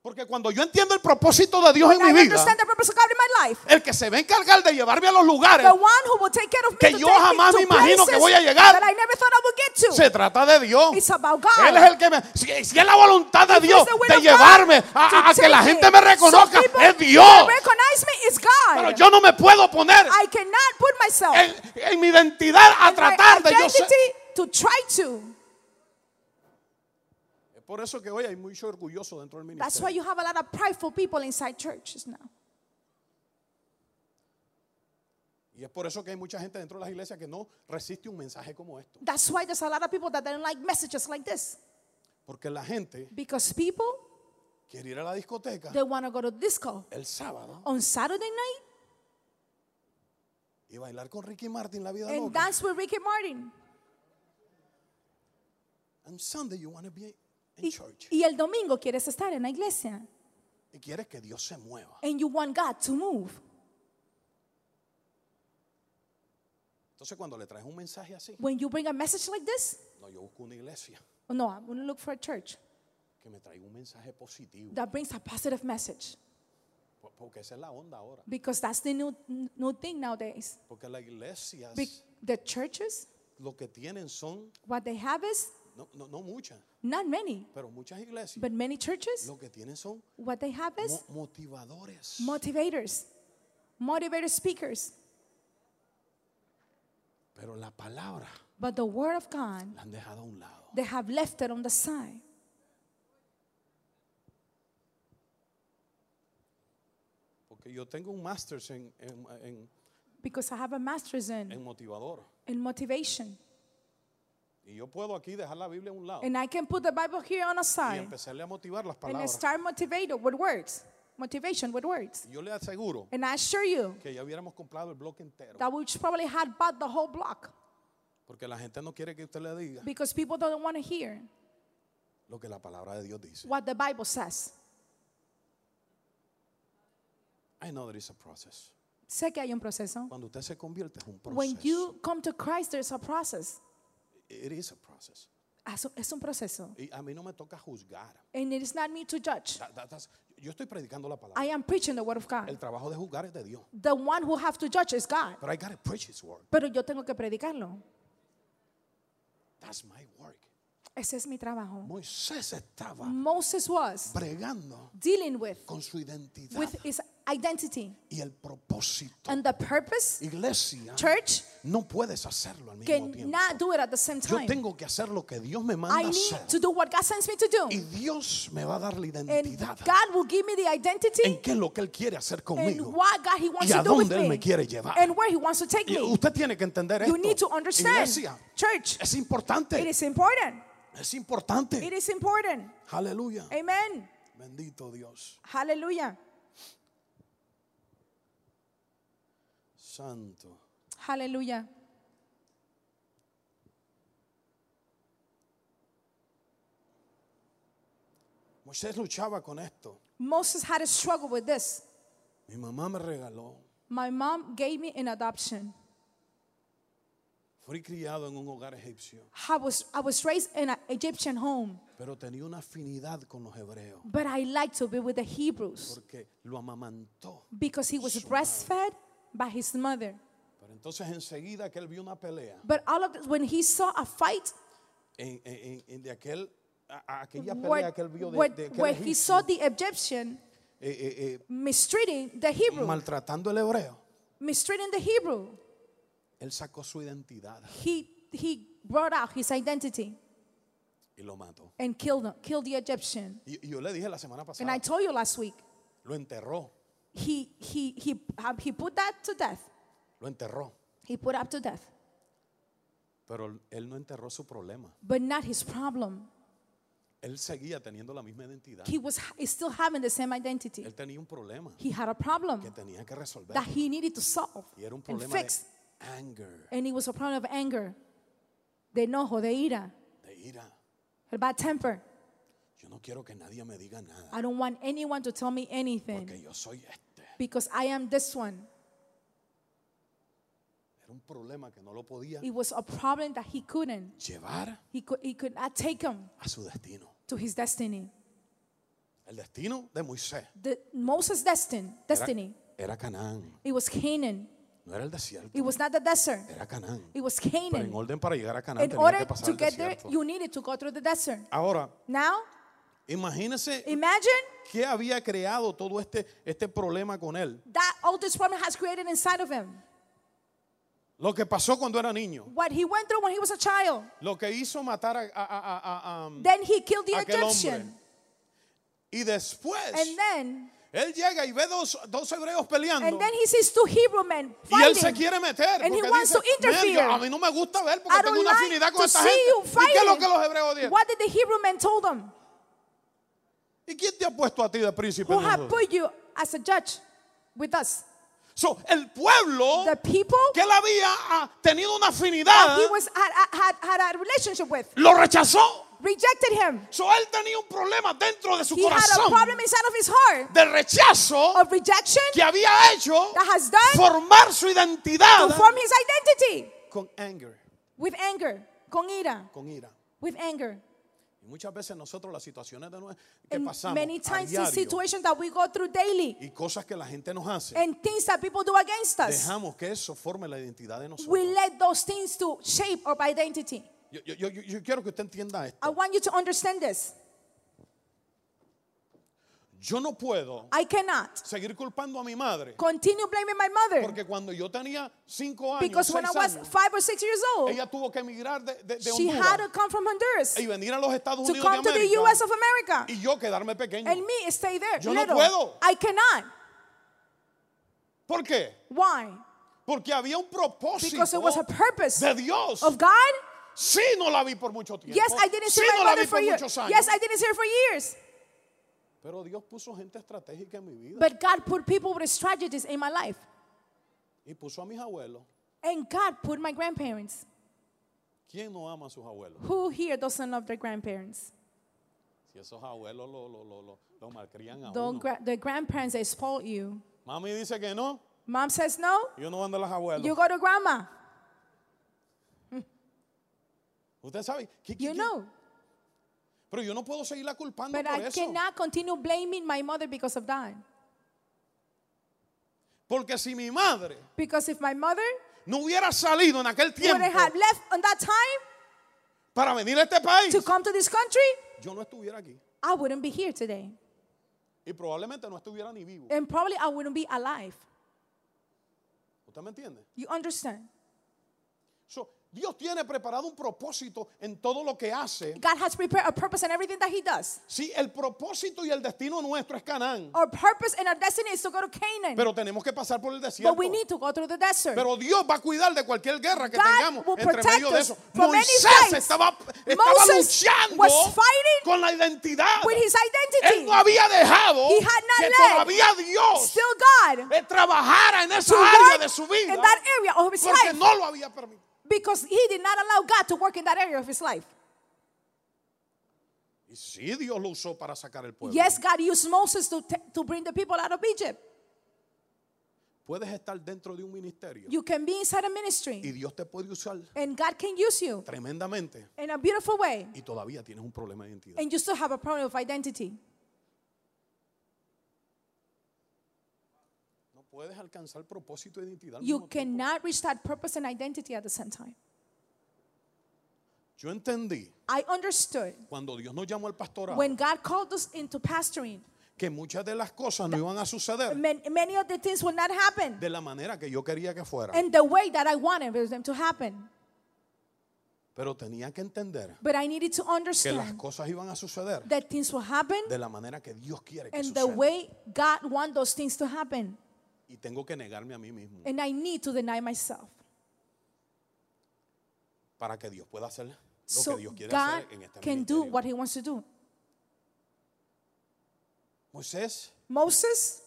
Speaker 2: Porque cuando yo entiendo el propósito de Dios
Speaker 1: When
Speaker 2: en
Speaker 1: I
Speaker 2: mi vida,
Speaker 1: understand the purpose of God in my life.
Speaker 2: el que se va a encargar de llevarme a los lugares,
Speaker 1: The one who will take care of me
Speaker 2: Que
Speaker 1: to
Speaker 2: yo
Speaker 1: take
Speaker 2: jamás
Speaker 1: me
Speaker 2: me
Speaker 1: to
Speaker 2: imagino que
Speaker 1: places
Speaker 2: voy a llegar.
Speaker 1: That I never thought I would get to.
Speaker 2: se trata de Dios.
Speaker 1: It's about God.
Speaker 2: Él es el que me. Si, si es la voluntad de
Speaker 1: If
Speaker 2: Dios
Speaker 1: it's the will
Speaker 2: de
Speaker 1: of God
Speaker 2: llevarme
Speaker 1: to
Speaker 2: a, a- a que
Speaker 1: take
Speaker 2: la
Speaker 1: me.
Speaker 2: gente me
Speaker 1: So
Speaker 2: reconozca,
Speaker 1: people
Speaker 2: es
Speaker 1: that
Speaker 2: Dios.
Speaker 1: recognize me is God.
Speaker 2: Pero yo no me puedo poner
Speaker 1: I cannot put myself
Speaker 2: en, en mi identidad a
Speaker 1: in my
Speaker 2: tratar de yo
Speaker 1: identity
Speaker 2: ser.
Speaker 1: to try to.
Speaker 2: Es por eso que hoy hay mucho orgulloso dentro del
Speaker 1: That's why
Speaker 2: ministerio.
Speaker 1: you have a lot of prideful people inside churches now.
Speaker 2: Y es por eso que hay mucha gente dentro de las iglesias que no resiste un mensaje como esto.
Speaker 1: That's why there's a lot of people that don't like messages like this
Speaker 2: Porque la gente
Speaker 1: because people
Speaker 2: quiere ir a la discoteca
Speaker 1: they want to go to disco
Speaker 2: el sábado
Speaker 1: on Saturday night
Speaker 2: y bailar con Ricky Martin la vida
Speaker 1: and
Speaker 2: loca.
Speaker 1: dance with Ricky Martin.
Speaker 2: And Sunday you want to be in
Speaker 1: Y,
Speaker 2: church.
Speaker 1: y el domingo quieres estar en la iglesia
Speaker 2: Y quieres que Dios se mueva.
Speaker 1: and you want God to move.
Speaker 2: Entonces cuando le traes un mensaje así,
Speaker 1: When you bring a message like this,
Speaker 2: no, yo busco una iglesia
Speaker 1: no, I'm going to look for a church
Speaker 2: que me traiga un mensaje positivo.
Speaker 1: that brings a positive message
Speaker 2: Po- Porque esa es la onda ahora.
Speaker 1: because that's the new, new thing nowadays.
Speaker 2: Porque las iglesias
Speaker 1: Be- the churches,
Speaker 2: lo que tienen son,
Speaker 1: what they have is
Speaker 2: no, no, no muchas,
Speaker 1: not many,
Speaker 2: pero muchas iglesias
Speaker 1: but many churches,
Speaker 2: lo que tienen son
Speaker 1: what they have is
Speaker 2: mo- motivadores.
Speaker 1: motivators, motivator speakers.
Speaker 2: Pero la palabra
Speaker 1: But the word of God,
Speaker 2: la han dejado a un lado.
Speaker 1: they have left it on the side.
Speaker 2: Porque yo tengo un master's en, en, en-
Speaker 1: Because I have a master's in,
Speaker 2: en motivador.
Speaker 1: in motivation.
Speaker 2: Y yo puedo aquí dejar la Biblia a un lado
Speaker 1: And I can put the Bible here on a
Speaker 2: y
Speaker 1: side
Speaker 2: empezarle a motivar las
Speaker 1: and I
Speaker 2: palabras.
Speaker 1: start motivated with words, motivation with words.
Speaker 2: Y Yo le aseguro
Speaker 1: And I assure you,
Speaker 2: que ya hubiéramos comprado el bloque entero.
Speaker 1: that we probably had bought the whole block
Speaker 2: Porque la gente no quiere que usted le diga
Speaker 1: because people don't want to hear
Speaker 2: lo que la palabra de Dios dice.
Speaker 1: what the Bible says.
Speaker 2: I know there is a process.
Speaker 1: Sé que hay un proceso.
Speaker 2: Cuando usted se convierte es un proceso.
Speaker 1: When you come to Christ, there's a process.
Speaker 2: It is a process.
Speaker 1: Es un- es un proceso.
Speaker 2: Y a mí no me toca juzgar.
Speaker 1: And it is not me to judge.
Speaker 2: That- that- that's- yo estoy predicando la palabra.
Speaker 1: I am preaching the word of
Speaker 2: El
Speaker 1: God.
Speaker 2: trabajo de juzgar es de Dios.
Speaker 1: The one who have to judge is God.
Speaker 2: But I gotta preach His word.
Speaker 1: Pero yo tengo que predicarlo.
Speaker 2: That's my work.
Speaker 1: Ese es mi trabajo.
Speaker 2: Moisés estaba
Speaker 1: Moses was
Speaker 2: bregando
Speaker 1: dealing with
Speaker 2: con su identidad
Speaker 1: with his identity
Speaker 2: y el propósito.
Speaker 1: and the purpose.
Speaker 2: Iglesia,
Speaker 1: Church
Speaker 2: no puedes hacerlo al mismo tiempo.
Speaker 1: cannot do it at the same
Speaker 2: Yo
Speaker 1: time.
Speaker 2: tengo que hacer lo que Dios me
Speaker 1: I
Speaker 2: manda a
Speaker 1: need
Speaker 2: hacer.
Speaker 1: to do what God sends me to
Speaker 2: Y
Speaker 1: do.
Speaker 2: Dios me va a dar la
Speaker 1: And
Speaker 2: identidad
Speaker 1: God will give me the identity
Speaker 2: en qué es lo que Él quiere hacer
Speaker 1: and
Speaker 2: conmigo.
Speaker 1: what God He wants
Speaker 2: y
Speaker 1: to
Speaker 2: a
Speaker 1: do with
Speaker 2: dónde Él me
Speaker 1: me
Speaker 2: quiere llevar.
Speaker 1: and where He wants to take
Speaker 2: Y
Speaker 1: me.
Speaker 2: usted tiene que entender esto.
Speaker 1: You need to understand,
Speaker 2: Iglesia,
Speaker 1: church,
Speaker 2: es
Speaker 1: it
Speaker 2: importante.
Speaker 1: is important.
Speaker 2: Es
Speaker 1: It
Speaker 2: importante.
Speaker 1: is important.
Speaker 2: Aleluya.
Speaker 1: Eh. Amen.
Speaker 2: Bendito Dios.
Speaker 1: Hallelujah.
Speaker 2: Santo.
Speaker 1: Hallelujah.
Speaker 2: Moisés luchaba con esto.
Speaker 1: Moses had a struggle with this.
Speaker 2: Mi mamá me regaló.
Speaker 1: My mom gave me an adoption.
Speaker 2: Fui criado en un hogar egipcio,
Speaker 1: I was, I was raised in an Egyptian home,
Speaker 2: pero tenía una afinidad con los hebreos
Speaker 1: but I like to be with the Hebrews
Speaker 2: porque lo amamantó.
Speaker 1: because he was breastfed by his mother.
Speaker 2: Pero entonces enseguida que él vio una pelea
Speaker 1: But all of this, when he saw a fight,
Speaker 2: en, en- en- de aquel a- a aquella pelea
Speaker 1: where,
Speaker 2: que él vio de,
Speaker 1: where,
Speaker 2: de aquel
Speaker 1: where he
Speaker 2: egipcio,
Speaker 1: saw the Egyptian
Speaker 2: eh, eh,
Speaker 1: mistreating the
Speaker 2: eh,
Speaker 1: Hebrew,
Speaker 2: maltratando al hebreo,
Speaker 1: mistreating the Hebrew,
Speaker 2: él sacó su identidad
Speaker 1: he, he brought out his identity
Speaker 2: y lo mató.
Speaker 1: and killed, him- killed the Egyptian.
Speaker 2: Y, y yo le dije la semana
Speaker 1: And I
Speaker 2: pasada,
Speaker 1: told you last week,
Speaker 2: lo enterró,
Speaker 1: he, he, he, he put that to death.
Speaker 2: lo enterró,
Speaker 1: He put up to death,
Speaker 2: pero él no enterró su problema.
Speaker 1: but not his problem.
Speaker 2: Él seguía teniendo la misma identidad.
Speaker 1: He was he still having the same identity.
Speaker 2: Él tenía un problema
Speaker 1: He had a problem
Speaker 2: que tenía que resolver.
Speaker 1: that he needed to solve
Speaker 2: Y era un
Speaker 1: and
Speaker 2: problema de
Speaker 1: fix,
Speaker 2: anger,
Speaker 1: and it was a problem of anger, de enojo, de ira,
Speaker 2: de ira.
Speaker 1: el bad temper.
Speaker 2: Yo no quiero que nadie me diga nada,
Speaker 1: I don't want anyone to tell me anything
Speaker 2: porque yo soy este.
Speaker 1: because I am this one.
Speaker 2: Era un problema que no lo podía
Speaker 1: It was a problem that he couldn't.
Speaker 2: llevar
Speaker 1: He could, he could not take him
Speaker 2: a su destino.
Speaker 1: to his destiny.
Speaker 2: El destino de Moisés
Speaker 1: The, Moses' destin,
Speaker 2: era,
Speaker 1: destiny,
Speaker 2: era Canaán,
Speaker 1: it was Canaan.
Speaker 2: no era el desierto,
Speaker 1: It was not the desert.
Speaker 2: era Canaán.
Speaker 1: It was
Speaker 2: Pero en
Speaker 1: Canaan.
Speaker 2: orden para llegar a Canaán
Speaker 1: In
Speaker 2: tenía
Speaker 1: order
Speaker 2: que pasar
Speaker 1: to
Speaker 2: el
Speaker 1: get there,
Speaker 2: desierto.
Speaker 1: you needed to go through the desert.
Speaker 2: Ahora,
Speaker 1: Now,
Speaker 2: imagínese
Speaker 1: imagine
Speaker 2: qué había creado todo este, este problema con él.
Speaker 1: that all this problem has created inside of him.
Speaker 2: Lo que pasó cuando era niño.
Speaker 1: What he went through when he was a child.
Speaker 2: Lo que hizo matar a, a- a- a- a- a-
Speaker 1: Then he killed the
Speaker 2: aquel hombre.
Speaker 1: Egyptian.
Speaker 2: Y después,
Speaker 1: And then,
Speaker 2: él llega y ve dos, dos hebreos peleando.
Speaker 1: and then he sees two Hebrew men
Speaker 2: y él se
Speaker 1: fighting.
Speaker 2: quiere meter.
Speaker 1: And he
Speaker 2: porque
Speaker 1: wants
Speaker 2: dice,
Speaker 1: to interfere.
Speaker 2: "Man, yo- a mí no me gusta ver porque
Speaker 1: I
Speaker 2: tengo
Speaker 1: don't
Speaker 2: una afinidad
Speaker 1: like
Speaker 2: con
Speaker 1: to
Speaker 2: esta
Speaker 1: see you
Speaker 2: gente. ¿Y qué es lo que los hebreos
Speaker 1: fighting.
Speaker 2: dieron?
Speaker 1: What did the Hebrew men told him?
Speaker 2: ¿Y quién te ha puesto a ti de príncipe?
Speaker 1: Who
Speaker 2: en
Speaker 1: have
Speaker 2: nosotros?
Speaker 1: put you as a judge with us?
Speaker 2: So, el pueblo
Speaker 1: The people
Speaker 2: que él había ah, tenido una
Speaker 1: that
Speaker 2: afinidad
Speaker 1: he was had, had, had a relationship with
Speaker 2: lo rechazó.
Speaker 1: rejected him.
Speaker 2: So, él tenía un problema dentro de su
Speaker 1: He had a
Speaker 2: corazón
Speaker 1: problem inside of his heart
Speaker 2: del rechazo
Speaker 1: of rejection
Speaker 2: que había hecho
Speaker 1: that has done
Speaker 2: formar su identidad
Speaker 1: to form his identity
Speaker 2: con anger,
Speaker 1: with anger, con ira,
Speaker 2: con ira.
Speaker 1: with anger.
Speaker 2: Y muchas veces nosotros las situaciones de nue- que
Speaker 1: And
Speaker 2: pasamos
Speaker 1: many
Speaker 2: a
Speaker 1: times the
Speaker 2: diario
Speaker 1: situations that we go through daily
Speaker 2: y cosas que la gente nos hace,
Speaker 1: and things that people do against us,
Speaker 2: dejamos que eso forme la identidad de nosotros.
Speaker 1: we let those things to shape our identity.
Speaker 2: Yo, yo- yo- yo- yo quiero que usted entienda esto.
Speaker 1: I want you to understand this.
Speaker 2: Yo no puedo
Speaker 1: I cannot
Speaker 2: seguir culpando a mi madre
Speaker 1: continue blaming my mother
Speaker 2: porque cuando yo tenía cinco años,
Speaker 1: because when I
Speaker 2: seis
Speaker 1: was
Speaker 2: años,
Speaker 1: five or six years old,
Speaker 2: ella tuvo que emigrar de, de- de
Speaker 1: she had to
Speaker 2: Honduras
Speaker 1: come from Honduras
Speaker 2: y venir a los Estados
Speaker 1: to
Speaker 2: Unidos de
Speaker 1: come to the
Speaker 2: América
Speaker 1: U.S. of America.
Speaker 2: y yo quedarme pequeño.
Speaker 1: And me stay there.
Speaker 2: Yo no
Speaker 1: little.
Speaker 2: puedo.
Speaker 1: I cannot.
Speaker 2: ¿Por qué?
Speaker 1: Why?
Speaker 2: Porque había un propósito
Speaker 1: Because it was a purpose
Speaker 2: de Dios.
Speaker 1: of God.
Speaker 2: Sí, no la vi por mucho tiempo.
Speaker 1: Yes, I didn't
Speaker 2: sí,
Speaker 1: see my
Speaker 2: no la
Speaker 1: mother
Speaker 2: vi
Speaker 1: for
Speaker 2: por
Speaker 1: years.
Speaker 2: muchos años.
Speaker 1: Yes, I didn't see her for years.
Speaker 2: Pero Dios puso gente estratégica en mi vida
Speaker 1: But God put people with strategies in my life.
Speaker 2: y puso a mis abuelos.
Speaker 1: And God put my grandparents.
Speaker 2: ¿Quién no ama a sus abuelos?
Speaker 1: Who here doesn't love their grandparents?
Speaker 2: Si esos abuelos lo, lo, lo, lo, lo malcrían a
Speaker 1: The,
Speaker 2: Ah, uno.
Speaker 1: gra- the grandparents, they spoil you.
Speaker 2: Mami dice que no,
Speaker 1: Mom says no,
Speaker 2: yo no ando a las abuelos.
Speaker 1: you go to grandma.
Speaker 2: Usted sabe, ¿qué- qué-
Speaker 1: You
Speaker 2: qué?
Speaker 1: know.
Speaker 2: pero yo no puedo seguirla culpando
Speaker 1: But
Speaker 2: por
Speaker 1: I
Speaker 2: eso.
Speaker 1: cannot continue blaming my mother because of that.
Speaker 2: Porque si mi madre
Speaker 1: Because if my mother
Speaker 2: no hubiera salido en aquel
Speaker 1: would
Speaker 2: tiempo
Speaker 1: have left on that time
Speaker 2: para venir a este país,
Speaker 1: to come to this country,
Speaker 2: yo no estuviera aquí.
Speaker 1: I wouldn't be here today.
Speaker 2: Y probablemente no estuviera ni vivo.
Speaker 1: And probably I wouldn't be alive.
Speaker 2: ¿Usted me entiende?
Speaker 1: You understand?
Speaker 2: So, Dios tiene preparado un propósito en todo lo que hace.
Speaker 1: God has prepared a purpose in everything that He does.
Speaker 2: Sí, el propósito y el destino nuestro es Canaán,
Speaker 1: Our purpose and our destiny is to go to Canaan.
Speaker 2: pero tenemos que pasar por el desierto.
Speaker 1: but we need to go through the desert.
Speaker 2: Pero Dios va a cuidar de cualquier guerra que
Speaker 1: God
Speaker 2: tengamos
Speaker 1: will
Speaker 2: entre
Speaker 1: protect
Speaker 2: medio de
Speaker 1: us
Speaker 2: eso.
Speaker 1: from any
Speaker 2: Moisés
Speaker 1: fights.
Speaker 2: estaba, estaba
Speaker 1: Moses
Speaker 2: luchando
Speaker 1: was fighting
Speaker 2: con la identidad.
Speaker 1: With His
Speaker 2: Él
Speaker 1: identity,
Speaker 2: no había dejado
Speaker 1: He had not
Speaker 2: que
Speaker 1: let
Speaker 2: todavía Dios
Speaker 1: still God,
Speaker 2: eh, trabajara en esa
Speaker 1: to
Speaker 2: área
Speaker 1: work
Speaker 2: de su vida
Speaker 1: in that area of His
Speaker 2: porque
Speaker 1: life
Speaker 2: no lo había permitido.
Speaker 1: because He did not allow God to work in that area of His life.
Speaker 2: Y sí, Dios lo usó para sacar el pueblo.
Speaker 1: Yes, God used Moses to, t- to bring the people out of Egypt.
Speaker 2: Puedes estar dentro de un ministerio
Speaker 1: You can be inside a
Speaker 2: y
Speaker 1: ministry,
Speaker 2: Dios te puede usar
Speaker 1: and God can use you
Speaker 2: tremendamente
Speaker 1: in a beautiful way,
Speaker 2: y todavía tienes un problema de identidad.
Speaker 1: and you still have a problem of identity.
Speaker 2: No puedes alcanzar propósito e identidad. al
Speaker 1: You
Speaker 2: mismo tiempo.
Speaker 1: cannot reach that purpose and identity at the same time.
Speaker 2: Yo entendí
Speaker 1: I understood
Speaker 2: cuando Dios nos llamó al pastorado
Speaker 1: when God called us into pastoring,
Speaker 2: que muchas de las cosas no iban a suceder
Speaker 1: man- many of the things will not happen
Speaker 2: de la manera que yo quería que fuera.
Speaker 1: in the way that I wanted them to happen.
Speaker 2: Pero tenía que entender
Speaker 1: But I needed to
Speaker 2: que las
Speaker 1: understand
Speaker 2: cosas iban a suceder
Speaker 1: that things will happen
Speaker 2: de la manera que Dios quiere que
Speaker 1: and the
Speaker 2: sucedan.
Speaker 1: way God wants those things to happen.
Speaker 2: Y tengo que negarme a mí mismo
Speaker 1: And I need to deny myself.
Speaker 2: para que Dios pueda hacer lo
Speaker 1: So
Speaker 2: que Dios quiere
Speaker 1: God
Speaker 2: hacer en este
Speaker 1: can do
Speaker 2: ministerio.
Speaker 1: what He wants to do.
Speaker 2: Moisés,
Speaker 1: Moses,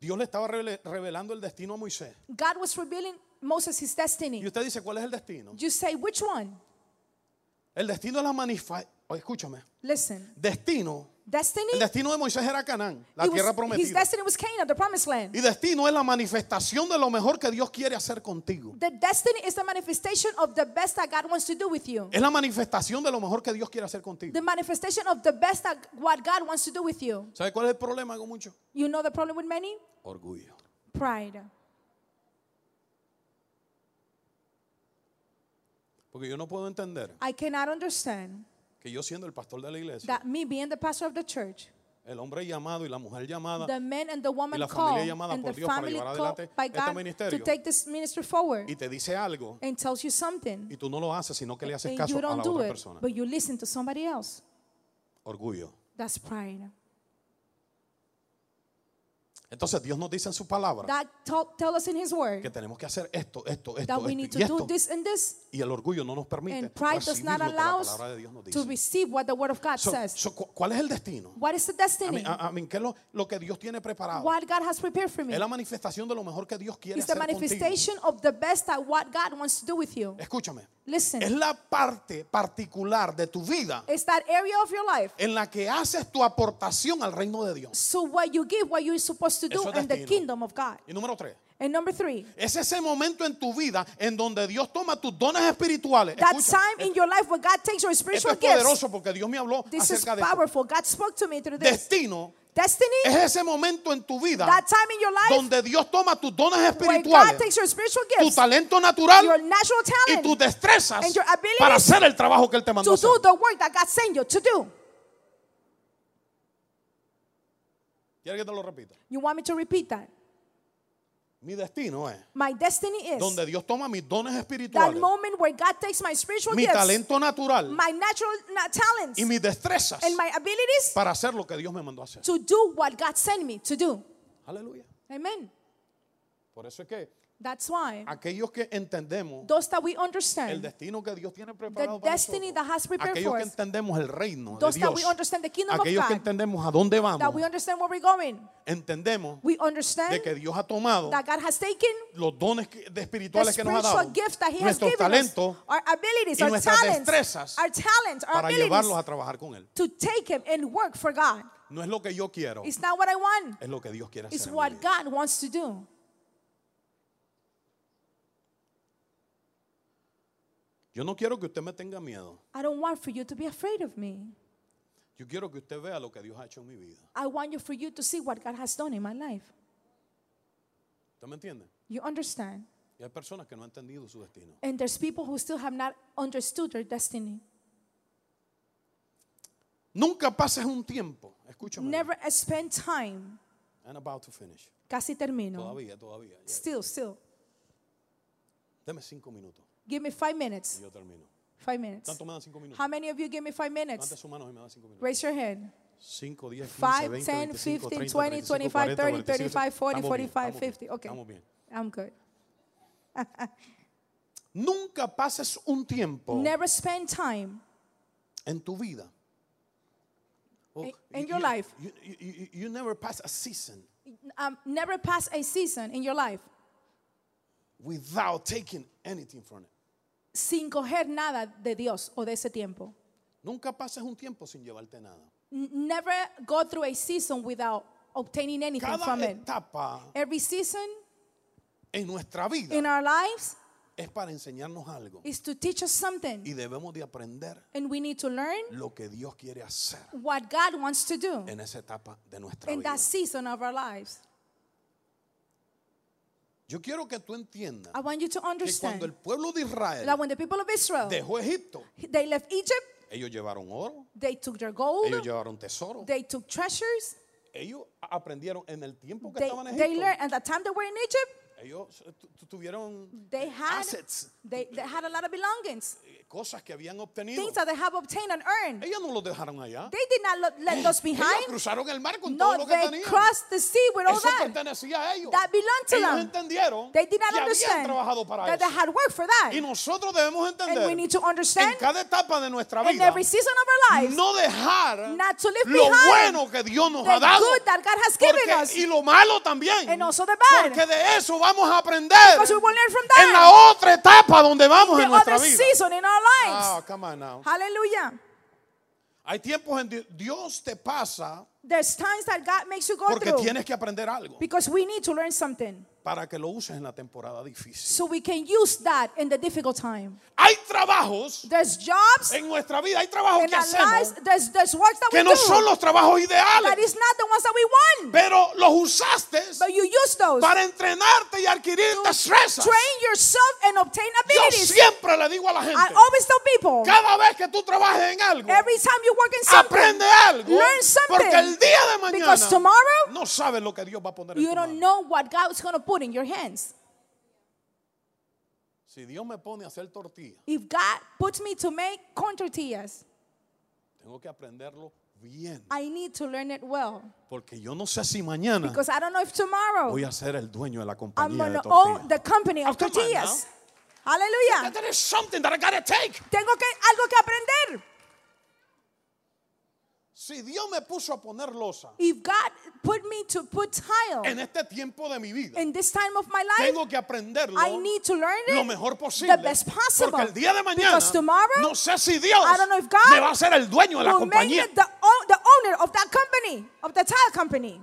Speaker 2: Dios le estaba revele- revelando el destino a Moisés.
Speaker 1: God was revealing Moses his
Speaker 2: Y
Speaker 1: destiny.
Speaker 2: usted dice, ¿cuál es el destino?
Speaker 1: You say, which one?
Speaker 2: El destino de la manifestación, escúchame,
Speaker 1: Listen,
Speaker 2: destino, el
Speaker 1: destiny,
Speaker 2: destino de Moisés era Canaán, la
Speaker 1: it was-
Speaker 2: tierra
Speaker 1: his
Speaker 2: prometida.
Speaker 1: destiny was Canaan, the promised land.
Speaker 2: Y destino es la manifestación de lo mejor que Dios quiere hacer contigo.
Speaker 1: The destiny is the manifestation of the best that God wants to do with you.
Speaker 2: Es la manifestación de lo mejor que Dios quiere hacer contigo.
Speaker 1: The manifestation of the best that what God wants to do with you.
Speaker 2: ¿Sabe cuál es el problema con mucho?
Speaker 1: You know the problem with many?
Speaker 2: Orgullo.
Speaker 1: Pride.
Speaker 2: Porque yo no puedo entender
Speaker 1: I cannot understand
Speaker 2: que yo siendo el pastor de la iglesia,
Speaker 1: that me being the pastor of the church,
Speaker 2: el hombre llamado y la mujer llamada,
Speaker 1: the men and the
Speaker 2: la
Speaker 1: woman
Speaker 2: familia
Speaker 1: called
Speaker 2: llamada
Speaker 1: and
Speaker 2: por
Speaker 1: the
Speaker 2: Dios para
Speaker 1: family
Speaker 2: llevar
Speaker 1: called
Speaker 2: adelante
Speaker 1: by
Speaker 2: este
Speaker 1: God to
Speaker 2: ministerio.
Speaker 1: take this ministry forward
Speaker 2: y te dice algo
Speaker 1: and tells you something
Speaker 2: y tú no lo haces, sino que le haces
Speaker 1: and
Speaker 2: caso
Speaker 1: you
Speaker 2: a la
Speaker 1: don't do
Speaker 2: otra
Speaker 1: it,
Speaker 2: persona.
Speaker 1: but you listen to somebody else.
Speaker 2: Orgullo.
Speaker 1: That's pride.
Speaker 2: Entonces Dios nos dice en su palabra
Speaker 1: God tell, tell us in His
Speaker 2: que
Speaker 1: Word
Speaker 2: tenemos que hacer esto, esto, esto,
Speaker 1: that
Speaker 2: esto
Speaker 1: we need to
Speaker 2: y
Speaker 1: do
Speaker 2: esto.
Speaker 1: this and this,
Speaker 2: Y el orgullo no nos permite
Speaker 1: and pride does
Speaker 2: recibir lo
Speaker 1: not
Speaker 2: que
Speaker 1: allow
Speaker 2: la
Speaker 1: us
Speaker 2: palabra de Dios nos
Speaker 1: to
Speaker 2: dice.
Speaker 1: receive what the Word of God
Speaker 2: So-
Speaker 1: says.
Speaker 2: so, cu- ¿Cuál es el destino?
Speaker 1: What is the
Speaker 2: A mí,
Speaker 1: destiny?
Speaker 2: a- a mí, ¿qué es lo, lo que Dios tiene preparado?
Speaker 1: What God has prepared for me
Speaker 2: Es la manifestación de lo mejor que Dios quiere
Speaker 1: is the
Speaker 2: hacer contigo.
Speaker 1: manifestation of the best that what God wants to do with you.
Speaker 2: Escúchame. Es
Speaker 1: Listen,
Speaker 2: la parte particular de tu vida
Speaker 1: it's that area of your life.
Speaker 2: en la que haces tu aportación al reino de Dios.
Speaker 1: So what you give, what you're supposed to do
Speaker 2: Eso es
Speaker 1: in the
Speaker 2: destino.
Speaker 1: kingdom of God.
Speaker 2: Y número tres.
Speaker 1: And number three,
Speaker 2: Es ese momento en tu vida en donde Dios toma tus dones espirituales.
Speaker 1: that
Speaker 2: Escucha,
Speaker 1: time in your life where God takes your
Speaker 2: esto
Speaker 1: spiritual
Speaker 2: es
Speaker 1: gifts.
Speaker 2: poderoso porque Dios me habló
Speaker 1: This is
Speaker 2: acerca de esto.
Speaker 1: powerful. God spoke to me through this.
Speaker 2: destino. Es
Speaker 1: Destiny,
Speaker 2: ese momento en tu vida
Speaker 1: that time in your life
Speaker 2: donde Dios toma tus dones
Speaker 1: where God
Speaker 2: espirituales,
Speaker 1: takes your spiritual
Speaker 2: tu
Speaker 1: gifts,
Speaker 2: talento natural
Speaker 1: your natural
Speaker 2: y tus
Speaker 1: talent
Speaker 2: destrezas
Speaker 1: and your abilities
Speaker 2: para hacer el trabajo que Él te mandó.
Speaker 1: to
Speaker 2: hacer.
Speaker 1: do the work that God sent you to do.
Speaker 2: ¿Quieres que te lo repita?
Speaker 1: You want me to repeat that?
Speaker 2: Mi destino es
Speaker 1: My destiny is
Speaker 2: donde Dios toma mis dones
Speaker 1: that
Speaker 2: espirituales,
Speaker 1: moment where God takes my spiritual
Speaker 2: mi
Speaker 1: gifts,
Speaker 2: talento natural
Speaker 1: my natural na- talents,
Speaker 2: y mis destrezas
Speaker 1: and my abilities
Speaker 2: para hacer lo que Dios me mandó a hacer.
Speaker 1: to do what God sent me to do.
Speaker 2: Aleluya.
Speaker 1: Amen.
Speaker 2: Por eso es que
Speaker 1: That's why
Speaker 2: aquellos que entendemos
Speaker 1: those that we
Speaker 2: el
Speaker 1: understand,
Speaker 2: destino que Dios tiene
Speaker 1: the
Speaker 2: preparado para
Speaker 1: destiny
Speaker 2: nosotros,
Speaker 1: that has prepared
Speaker 2: aquellos
Speaker 1: for
Speaker 2: que
Speaker 1: us,
Speaker 2: entendemos el reino de
Speaker 1: those that we
Speaker 2: Dios,
Speaker 1: understand the kingdom of
Speaker 2: aquellos que
Speaker 1: God,
Speaker 2: entendemos a dónde
Speaker 1: that we
Speaker 2: vamos,
Speaker 1: understand where we're going,
Speaker 2: entendemos
Speaker 1: we
Speaker 2: de
Speaker 1: understand
Speaker 2: que Dios ha tomado
Speaker 1: that God has taken
Speaker 2: los dones que- de
Speaker 1: the
Speaker 2: espirituales que nos ha
Speaker 1: spiritual
Speaker 2: dado,
Speaker 1: gift that He has
Speaker 2: nuestros
Speaker 1: given us,
Speaker 2: talentos,
Speaker 1: our abilities,
Speaker 2: y
Speaker 1: our
Speaker 2: nuestras
Speaker 1: talents,
Speaker 2: destrezas
Speaker 1: our talents, our
Speaker 2: para llevarlos
Speaker 1: abilities
Speaker 2: a trabajar con Él.
Speaker 1: to take Him and work for God.
Speaker 2: No es lo que yo quiero,
Speaker 1: It's not what I want.
Speaker 2: es lo que Dios quiere hacer.
Speaker 1: It's
Speaker 2: en mi
Speaker 1: what
Speaker 2: vida.
Speaker 1: God wants to do.
Speaker 2: Yo no quiero que usted me tenga miedo.
Speaker 1: I don't want for you to be afraid of me.
Speaker 2: Yo quiero que usted vea lo que Dios ha hecho en mi vida.
Speaker 1: I want you for you to see what God has done in my life.
Speaker 2: ¿Usted me entiende?
Speaker 1: You understand?
Speaker 2: Y hay personas que no han entendido su destino.
Speaker 1: And there's people who still have not understood their destiny.
Speaker 2: Nunca pases un tiempo, escúchame.
Speaker 1: Never spend time.
Speaker 2: I'm about to finish.
Speaker 1: Casi termino.
Speaker 2: Todavía, todavía. ya.
Speaker 1: Still, still.
Speaker 2: Deme cinco minutos
Speaker 1: Give me five
Speaker 2: y
Speaker 1: minutes.
Speaker 2: yo termino.
Speaker 1: Five minutes.
Speaker 2: ¿Tanto me dan cinco minutos?
Speaker 1: How many of you give me five
Speaker 2: Levante
Speaker 1: minutes?
Speaker 2: su mano y me da cinco minutos.
Speaker 1: Raise your hand.
Speaker 2: 5, 10, 15,
Speaker 1: 5, 10,
Speaker 2: 20, 25,
Speaker 1: 15,
Speaker 2: 30,
Speaker 1: 20, 25, 30, 35, 40, 45, 50. Okay,
Speaker 2: Estamos bien.
Speaker 1: I'm good.
Speaker 2: Nunca pases un tiempo
Speaker 1: Never spend time.
Speaker 2: en tu vida. Oh,
Speaker 1: In-
Speaker 2: you-
Speaker 1: in your
Speaker 2: you-
Speaker 1: life.
Speaker 2: You, you- you- you never pass a season
Speaker 1: Um, never pass a season in your life
Speaker 2: without taking anything from it.
Speaker 1: sin coger nada de Dios o de ese tiempo.
Speaker 2: Nunca pases un tiempo sin llevarte nada.
Speaker 1: N- Never go through a season without obtaining anything
Speaker 2: Cada
Speaker 1: from it.
Speaker 2: etapa
Speaker 1: Every season
Speaker 2: en nuestra
Speaker 1: in
Speaker 2: vida
Speaker 1: our lives
Speaker 2: es para enseñarnos algo
Speaker 1: is to teach us something,
Speaker 2: y debemos de aprender
Speaker 1: and we need to learn
Speaker 2: lo que Dios quiere hacer
Speaker 1: what God wants to do
Speaker 2: en esa etapa de nuestra
Speaker 1: in
Speaker 2: vida.
Speaker 1: that season of our lives.
Speaker 2: Yo quiero que tú entiendas
Speaker 1: I want you to
Speaker 2: que cuando el
Speaker 1: understand
Speaker 2: pueblo de Israel
Speaker 1: that when the people of Israel
Speaker 2: dejó Egipto,
Speaker 1: they left Egypt,
Speaker 2: ellos llevaron oro,
Speaker 1: they took their gold,
Speaker 2: ellos llevaron tesoro,
Speaker 1: they took treasures,
Speaker 2: ellos aprendieron en el tiempo que
Speaker 1: they,
Speaker 2: estaban en
Speaker 1: they
Speaker 2: Egipto.
Speaker 1: learned at the time they were in Egypt,
Speaker 2: Ellos eh, tu- tu- tuvieron
Speaker 1: they had
Speaker 2: assets,
Speaker 1: they, they had a lot of belongings,
Speaker 2: eh, cosas que habían obtenido.
Speaker 1: things that they have obtained and earned.
Speaker 2: Ellos no los dejaron allá.
Speaker 1: They did not lo- let those
Speaker 2: Ellos
Speaker 1: behind.
Speaker 2: cruzaron el mar con todo
Speaker 1: No,
Speaker 2: lo que
Speaker 1: they
Speaker 2: tenían.
Speaker 1: crossed the sea with all
Speaker 2: Eso
Speaker 1: that.
Speaker 2: pertenecía a ellos.
Speaker 1: That belonged to
Speaker 2: ellos
Speaker 1: them.
Speaker 2: entendieron
Speaker 1: They did
Speaker 2: que
Speaker 1: not
Speaker 2: habían
Speaker 1: understand
Speaker 2: trabajado para
Speaker 1: that they
Speaker 2: eso.
Speaker 1: had worked for
Speaker 2: Y
Speaker 1: that.
Speaker 2: nosotros debemos
Speaker 1: And we
Speaker 2: entender
Speaker 1: need to
Speaker 2: en
Speaker 1: understand
Speaker 2: cada etapa de nuestra
Speaker 1: in
Speaker 2: vida
Speaker 1: every season of our lives
Speaker 2: no dejar
Speaker 1: not to leave
Speaker 2: lo
Speaker 1: behind
Speaker 2: bueno que Dios nos
Speaker 1: the
Speaker 2: ha dado
Speaker 1: good that God has given
Speaker 2: porque-
Speaker 1: us
Speaker 2: y lo malo también.
Speaker 1: and also the bad.
Speaker 2: Porque de eso va vamos a aprender
Speaker 1: Because we will learn from
Speaker 2: en la
Speaker 1: that.
Speaker 2: otra etapa donde vamos en
Speaker 1: The
Speaker 2: nuestra
Speaker 1: other
Speaker 2: vida.
Speaker 1: season in our lives.
Speaker 2: Ah, come on now.
Speaker 1: Hallelujah.
Speaker 2: Hay tiempos en que Dios te pasa
Speaker 1: There's times that God makes you go
Speaker 2: porque
Speaker 1: through
Speaker 2: tienes que aprender algo
Speaker 1: because we need to learn something
Speaker 2: para que lo uses en la temporada difícil.
Speaker 1: so we can use that in the difficult time.
Speaker 2: Hay trabajos
Speaker 1: There's jobs
Speaker 2: en nuestra vida, hay trabajos
Speaker 1: in
Speaker 2: que
Speaker 1: our lives,
Speaker 2: hacemos
Speaker 1: there's, there's works that we
Speaker 2: que no son
Speaker 1: do
Speaker 2: los trabajos
Speaker 1: that
Speaker 2: ideales,
Speaker 1: is not the ones that we want,
Speaker 2: pero los usaste
Speaker 1: but you use those.
Speaker 2: para entrenarte y adquirir destrezas.
Speaker 1: Train yourself and obtain
Speaker 2: Yo
Speaker 1: abilities.
Speaker 2: siempre le digo a la
Speaker 1: I
Speaker 2: gente,
Speaker 1: always tell people
Speaker 2: cada vez que tú trabajes en algo,
Speaker 1: every time you work in something,
Speaker 2: aprende algo,
Speaker 1: learn something.
Speaker 2: porque el día de Ah, mañana
Speaker 1: because tomorrow
Speaker 2: no sabes lo que Dios va a poner en
Speaker 1: you
Speaker 2: tu
Speaker 1: don't
Speaker 2: mano.
Speaker 1: know what God's going to put in your hands.
Speaker 2: Si Dios me pone a hacer tortilla,
Speaker 1: If God puts me to make corn tortillas,
Speaker 2: tengo que aprenderlo bien,
Speaker 1: I need to learn it well
Speaker 2: porque yo no sé si mañana
Speaker 1: because I don't know if tomorrow
Speaker 2: voy a ser el dueño de la
Speaker 1: I'm
Speaker 2: compañía
Speaker 1: going
Speaker 2: de
Speaker 1: to own
Speaker 2: tortilla.
Speaker 1: the company of
Speaker 2: Oh, come on
Speaker 1: tortillas. Hallelujah.
Speaker 2: There is something that I gotta take.
Speaker 1: Tengo que algo que aprender.
Speaker 2: Si Dios me puso a poner losa
Speaker 1: If God put me to put tile
Speaker 2: en este tiempo de mi vida,
Speaker 1: in this time of my life,
Speaker 2: tengo que aprenderlo
Speaker 1: I need to learn
Speaker 2: lo
Speaker 1: it.
Speaker 2: mejor posible.
Speaker 1: the best possible.
Speaker 2: Porque el día de mañana
Speaker 1: Because tomorrow,
Speaker 2: no sé si Dios
Speaker 1: I don't know if God
Speaker 2: me va a ser el dueño de la
Speaker 1: Will make
Speaker 2: compañía.
Speaker 1: it the, o- the owner of that company, of the tile company.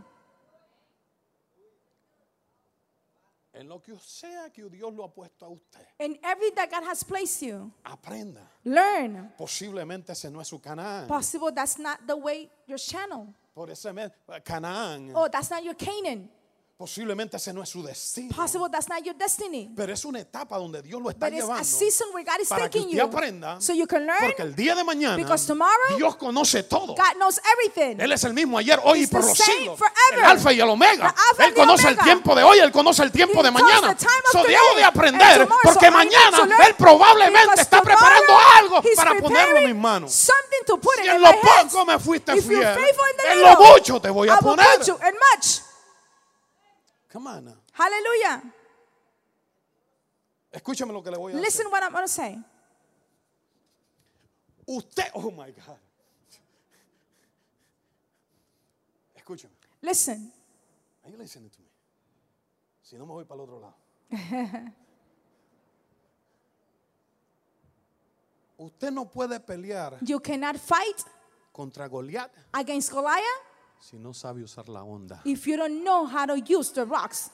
Speaker 2: En lo que sea que Dios lo ha puesto a usted,
Speaker 1: In every that God has placed you,
Speaker 2: aprenda.
Speaker 1: learn.
Speaker 2: Posiblemente ese no es su Canaán.
Speaker 1: Possible that's not the way your channel.
Speaker 2: Por ese me- Canaán.
Speaker 1: Oh, that's not your Canaan.
Speaker 2: Posiblemente ese no es su destino.
Speaker 1: Possible that's not your destiny.
Speaker 2: Pero es una etapa donde Dios lo está
Speaker 1: But it's
Speaker 2: llevando.
Speaker 1: a season where God is
Speaker 2: para que
Speaker 1: taking
Speaker 2: usted
Speaker 1: you.
Speaker 2: aprenda.
Speaker 1: So you can learn.
Speaker 2: Porque el día de mañana
Speaker 1: Because tomorrow,
Speaker 2: Dios conoce todo.
Speaker 1: God knows everything.
Speaker 2: Él es el mismo ayer, hoy y
Speaker 1: He's
Speaker 2: por
Speaker 1: the
Speaker 2: los
Speaker 1: same
Speaker 2: siglos.
Speaker 1: forever.
Speaker 2: El alfa y el omega.
Speaker 1: The alpha
Speaker 2: él
Speaker 1: and the
Speaker 2: conoce el
Speaker 1: omega.
Speaker 2: tiempo de hoy, él conoce el tiempo
Speaker 1: He
Speaker 2: de
Speaker 1: knows
Speaker 2: mañana.
Speaker 1: the time of
Speaker 2: So
Speaker 1: today
Speaker 2: debo de
Speaker 1: and
Speaker 2: aprender
Speaker 1: tomorrow. So
Speaker 2: porque
Speaker 1: I need to
Speaker 2: mañana
Speaker 1: learn
Speaker 2: él probablemente
Speaker 1: because
Speaker 2: está preparando
Speaker 1: tomorrow
Speaker 2: algo
Speaker 1: he's
Speaker 2: para ponerlo en mis
Speaker 1: preparing
Speaker 2: manos.
Speaker 1: Something to put
Speaker 2: Si
Speaker 1: it
Speaker 2: en
Speaker 1: in
Speaker 2: lo
Speaker 1: my hands.
Speaker 2: poco me fuiste
Speaker 1: If you're
Speaker 2: fiel,
Speaker 1: faithful in the
Speaker 2: en
Speaker 1: little,
Speaker 2: lo mucho te voy a
Speaker 1: I will
Speaker 2: poner.
Speaker 1: put you in much.
Speaker 2: Come on now.
Speaker 1: Hallelujah.
Speaker 2: Escúchame lo que le voy a decir.
Speaker 1: Listen what I'm going to say.
Speaker 2: Usted, oh my God. Escúchame.
Speaker 1: Listen.
Speaker 2: Are you listening to me? Si no me voy para el otro lado. Usted no puede pelear
Speaker 1: You cannot fight
Speaker 2: contra Goliat
Speaker 1: against Goliath
Speaker 2: si no sabe usar la onda.
Speaker 1: if you don't know how to use the rocks.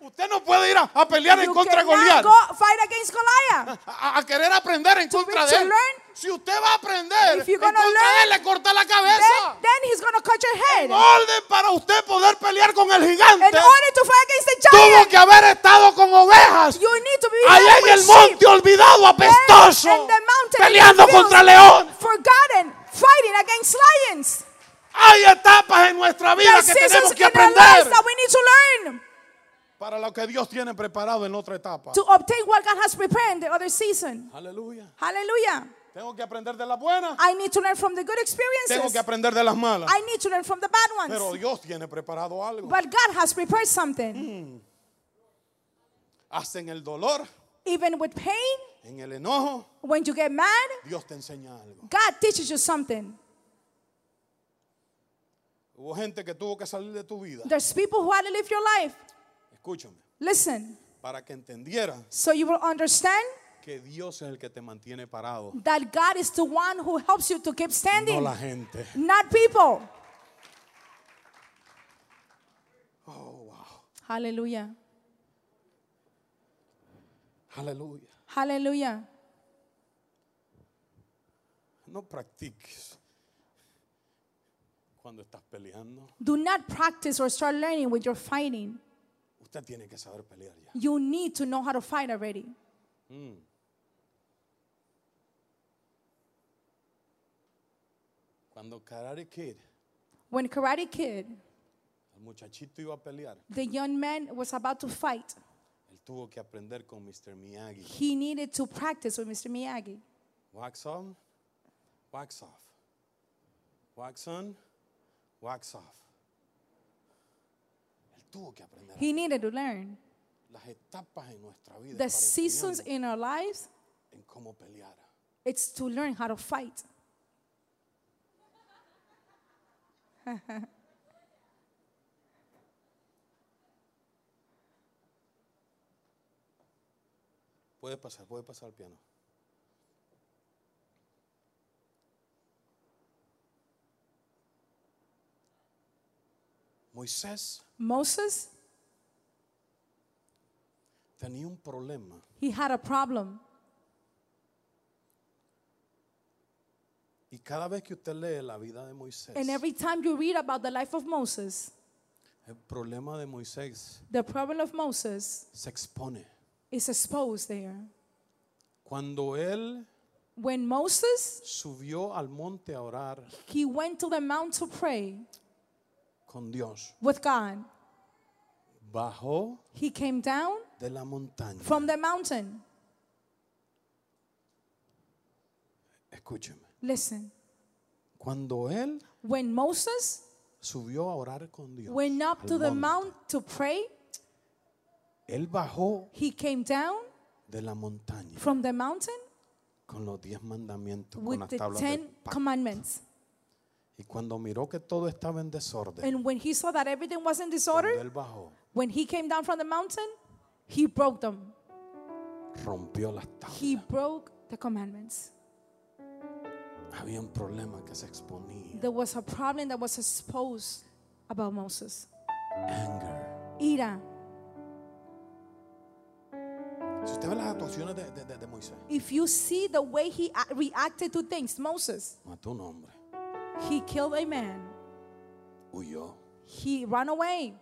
Speaker 2: Usted no puede ir a, a pelear en
Speaker 1: you
Speaker 2: contra de Ah,
Speaker 1: cannot
Speaker 2: Goliat,
Speaker 1: go fight against Goliath.
Speaker 2: a, a querer aprender en contra de
Speaker 1: to
Speaker 2: él.
Speaker 1: learn.
Speaker 2: Si usted va a aprender en
Speaker 1: If you're
Speaker 2: contra
Speaker 1: gonna
Speaker 2: de él, le corta la
Speaker 1: then,
Speaker 2: cabeza.
Speaker 1: then he's going to cut your head.
Speaker 2: En orden para usted poder pelear con el
Speaker 1: In
Speaker 2: gigante,
Speaker 1: order to fight against the giant,
Speaker 2: tuvo que haber estado con ovejas
Speaker 1: you need to be
Speaker 2: allá
Speaker 1: filled
Speaker 2: en el
Speaker 1: with sheep,
Speaker 2: monte olvidado, apestoso,
Speaker 1: in the mountain,
Speaker 2: peleando
Speaker 1: in the
Speaker 2: contra
Speaker 1: fields.
Speaker 2: leones.
Speaker 1: forgotten, fighting against lions.
Speaker 2: Hay etapas en nuestra vida
Speaker 1: There's
Speaker 2: que
Speaker 1: seasons
Speaker 2: tenemos que
Speaker 1: in our lives
Speaker 2: aprender
Speaker 1: that we need to learn
Speaker 2: para lo que Dios tiene preparado en otra etapa.
Speaker 1: to obtain what God has prepared in the other season.
Speaker 2: Aleluya.
Speaker 1: Hallelujah.
Speaker 2: Tengo que aprender de las buenas,
Speaker 1: I need to learn from the good
Speaker 2: tengo que
Speaker 1: experiences.
Speaker 2: aprender de las malas.
Speaker 1: I need to learn from the bad
Speaker 2: Pero
Speaker 1: ones.
Speaker 2: Dios Mm. tiene preparado algo.
Speaker 1: But God has prepared something.
Speaker 2: Hasta en el dolor,
Speaker 1: Even with pain,
Speaker 2: en el enojo,
Speaker 1: when you get mad,
Speaker 2: Dios te enseña algo.
Speaker 1: God teaches you something.
Speaker 2: Hubo gente que tuvo que salir de tu vida.
Speaker 1: There's people who had to live your life.
Speaker 2: Escúchame,
Speaker 1: Listen,
Speaker 2: para que entendiera
Speaker 1: so you will understand
Speaker 2: que Dios es el que te mantiene parado,
Speaker 1: that God is the one who helps you to keep
Speaker 2: no
Speaker 1: standing,
Speaker 2: la gente.
Speaker 1: not people. Hallelujah.
Speaker 2: Aleluya.
Speaker 1: Hallelujah.
Speaker 2: No practiques cuando estás peleando.
Speaker 1: Do not practice or start learning when you're fighting.
Speaker 2: Usted tiene que saber pelear ya.
Speaker 1: You need to know how to fight already.
Speaker 2: Cuando Karate Kid,
Speaker 1: When Karate Kid,
Speaker 2: el muchachito iba a pelear,
Speaker 1: the young man was about to fight,
Speaker 2: él tuvo que aprender con Mr. Miyagi.
Speaker 1: he needed to practice with Mr. Miyagi.
Speaker 2: Wax on, wax off. Wax on, wax off. Él tuvo que aprender.
Speaker 1: He needed to learn
Speaker 2: Las etapas en nuestra vida
Speaker 1: the
Speaker 2: es para
Speaker 1: seasons
Speaker 2: enseñarnos
Speaker 1: in our lives.
Speaker 2: en cómo pelear.
Speaker 1: It's to learn how to fight.
Speaker 2: Puede pasar, puede pasar al piano. Moisés
Speaker 1: Moses,
Speaker 2: tenía un problema
Speaker 1: he had a problem.
Speaker 2: y cada vez que usted lee la vida de Moisés,
Speaker 1: And every time you read about the life of Moses,
Speaker 2: el problema de Moisés
Speaker 1: the problem of Moses
Speaker 2: se expone.
Speaker 1: is exposed there.
Speaker 2: Cuando él
Speaker 1: When Moses
Speaker 2: subió al monte a orar
Speaker 1: he went to the mount to pray
Speaker 2: con Dios,
Speaker 1: with God,
Speaker 2: bajó
Speaker 1: he came down
Speaker 2: de la montaña.
Speaker 1: from the mountain.
Speaker 2: Escúcheme.
Speaker 1: Listen,
Speaker 2: Cuando él
Speaker 1: when Moses
Speaker 2: subió a orar con Dios,
Speaker 1: went up
Speaker 2: al
Speaker 1: to the
Speaker 2: monte,
Speaker 1: mount to pray,
Speaker 2: él bajó
Speaker 1: he came down
Speaker 2: de la montaña
Speaker 1: from the mountain
Speaker 2: con los diez mandamientos, con
Speaker 1: with
Speaker 2: las
Speaker 1: the
Speaker 2: tablas del
Speaker 1: Ten
Speaker 2: pacto.
Speaker 1: Commandments.
Speaker 2: Y cuando miró que todo estaba en desorden,
Speaker 1: And when he saw that everything was in
Speaker 2: cuando
Speaker 1: disorder,
Speaker 2: él bajó,
Speaker 1: when he came down from the mountain, he broke them.
Speaker 2: rompió las tablas.
Speaker 1: He broke the commandments.
Speaker 2: Había un problema que se exponía.
Speaker 1: There was a problem that was exposed about Moses.
Speaker 2: Anger.
Speaker 1: Ira.
Speaker 2: Si usted ve las actuaciones de, de- de- de Moisés,
Speaker 1: If you see the way he a- reacted to things, Moses,
Speaker 2: mató a un hombre,
Speaker 1: he killed a man.
Speaker 2: huyó,
Speaker 1: He ran away.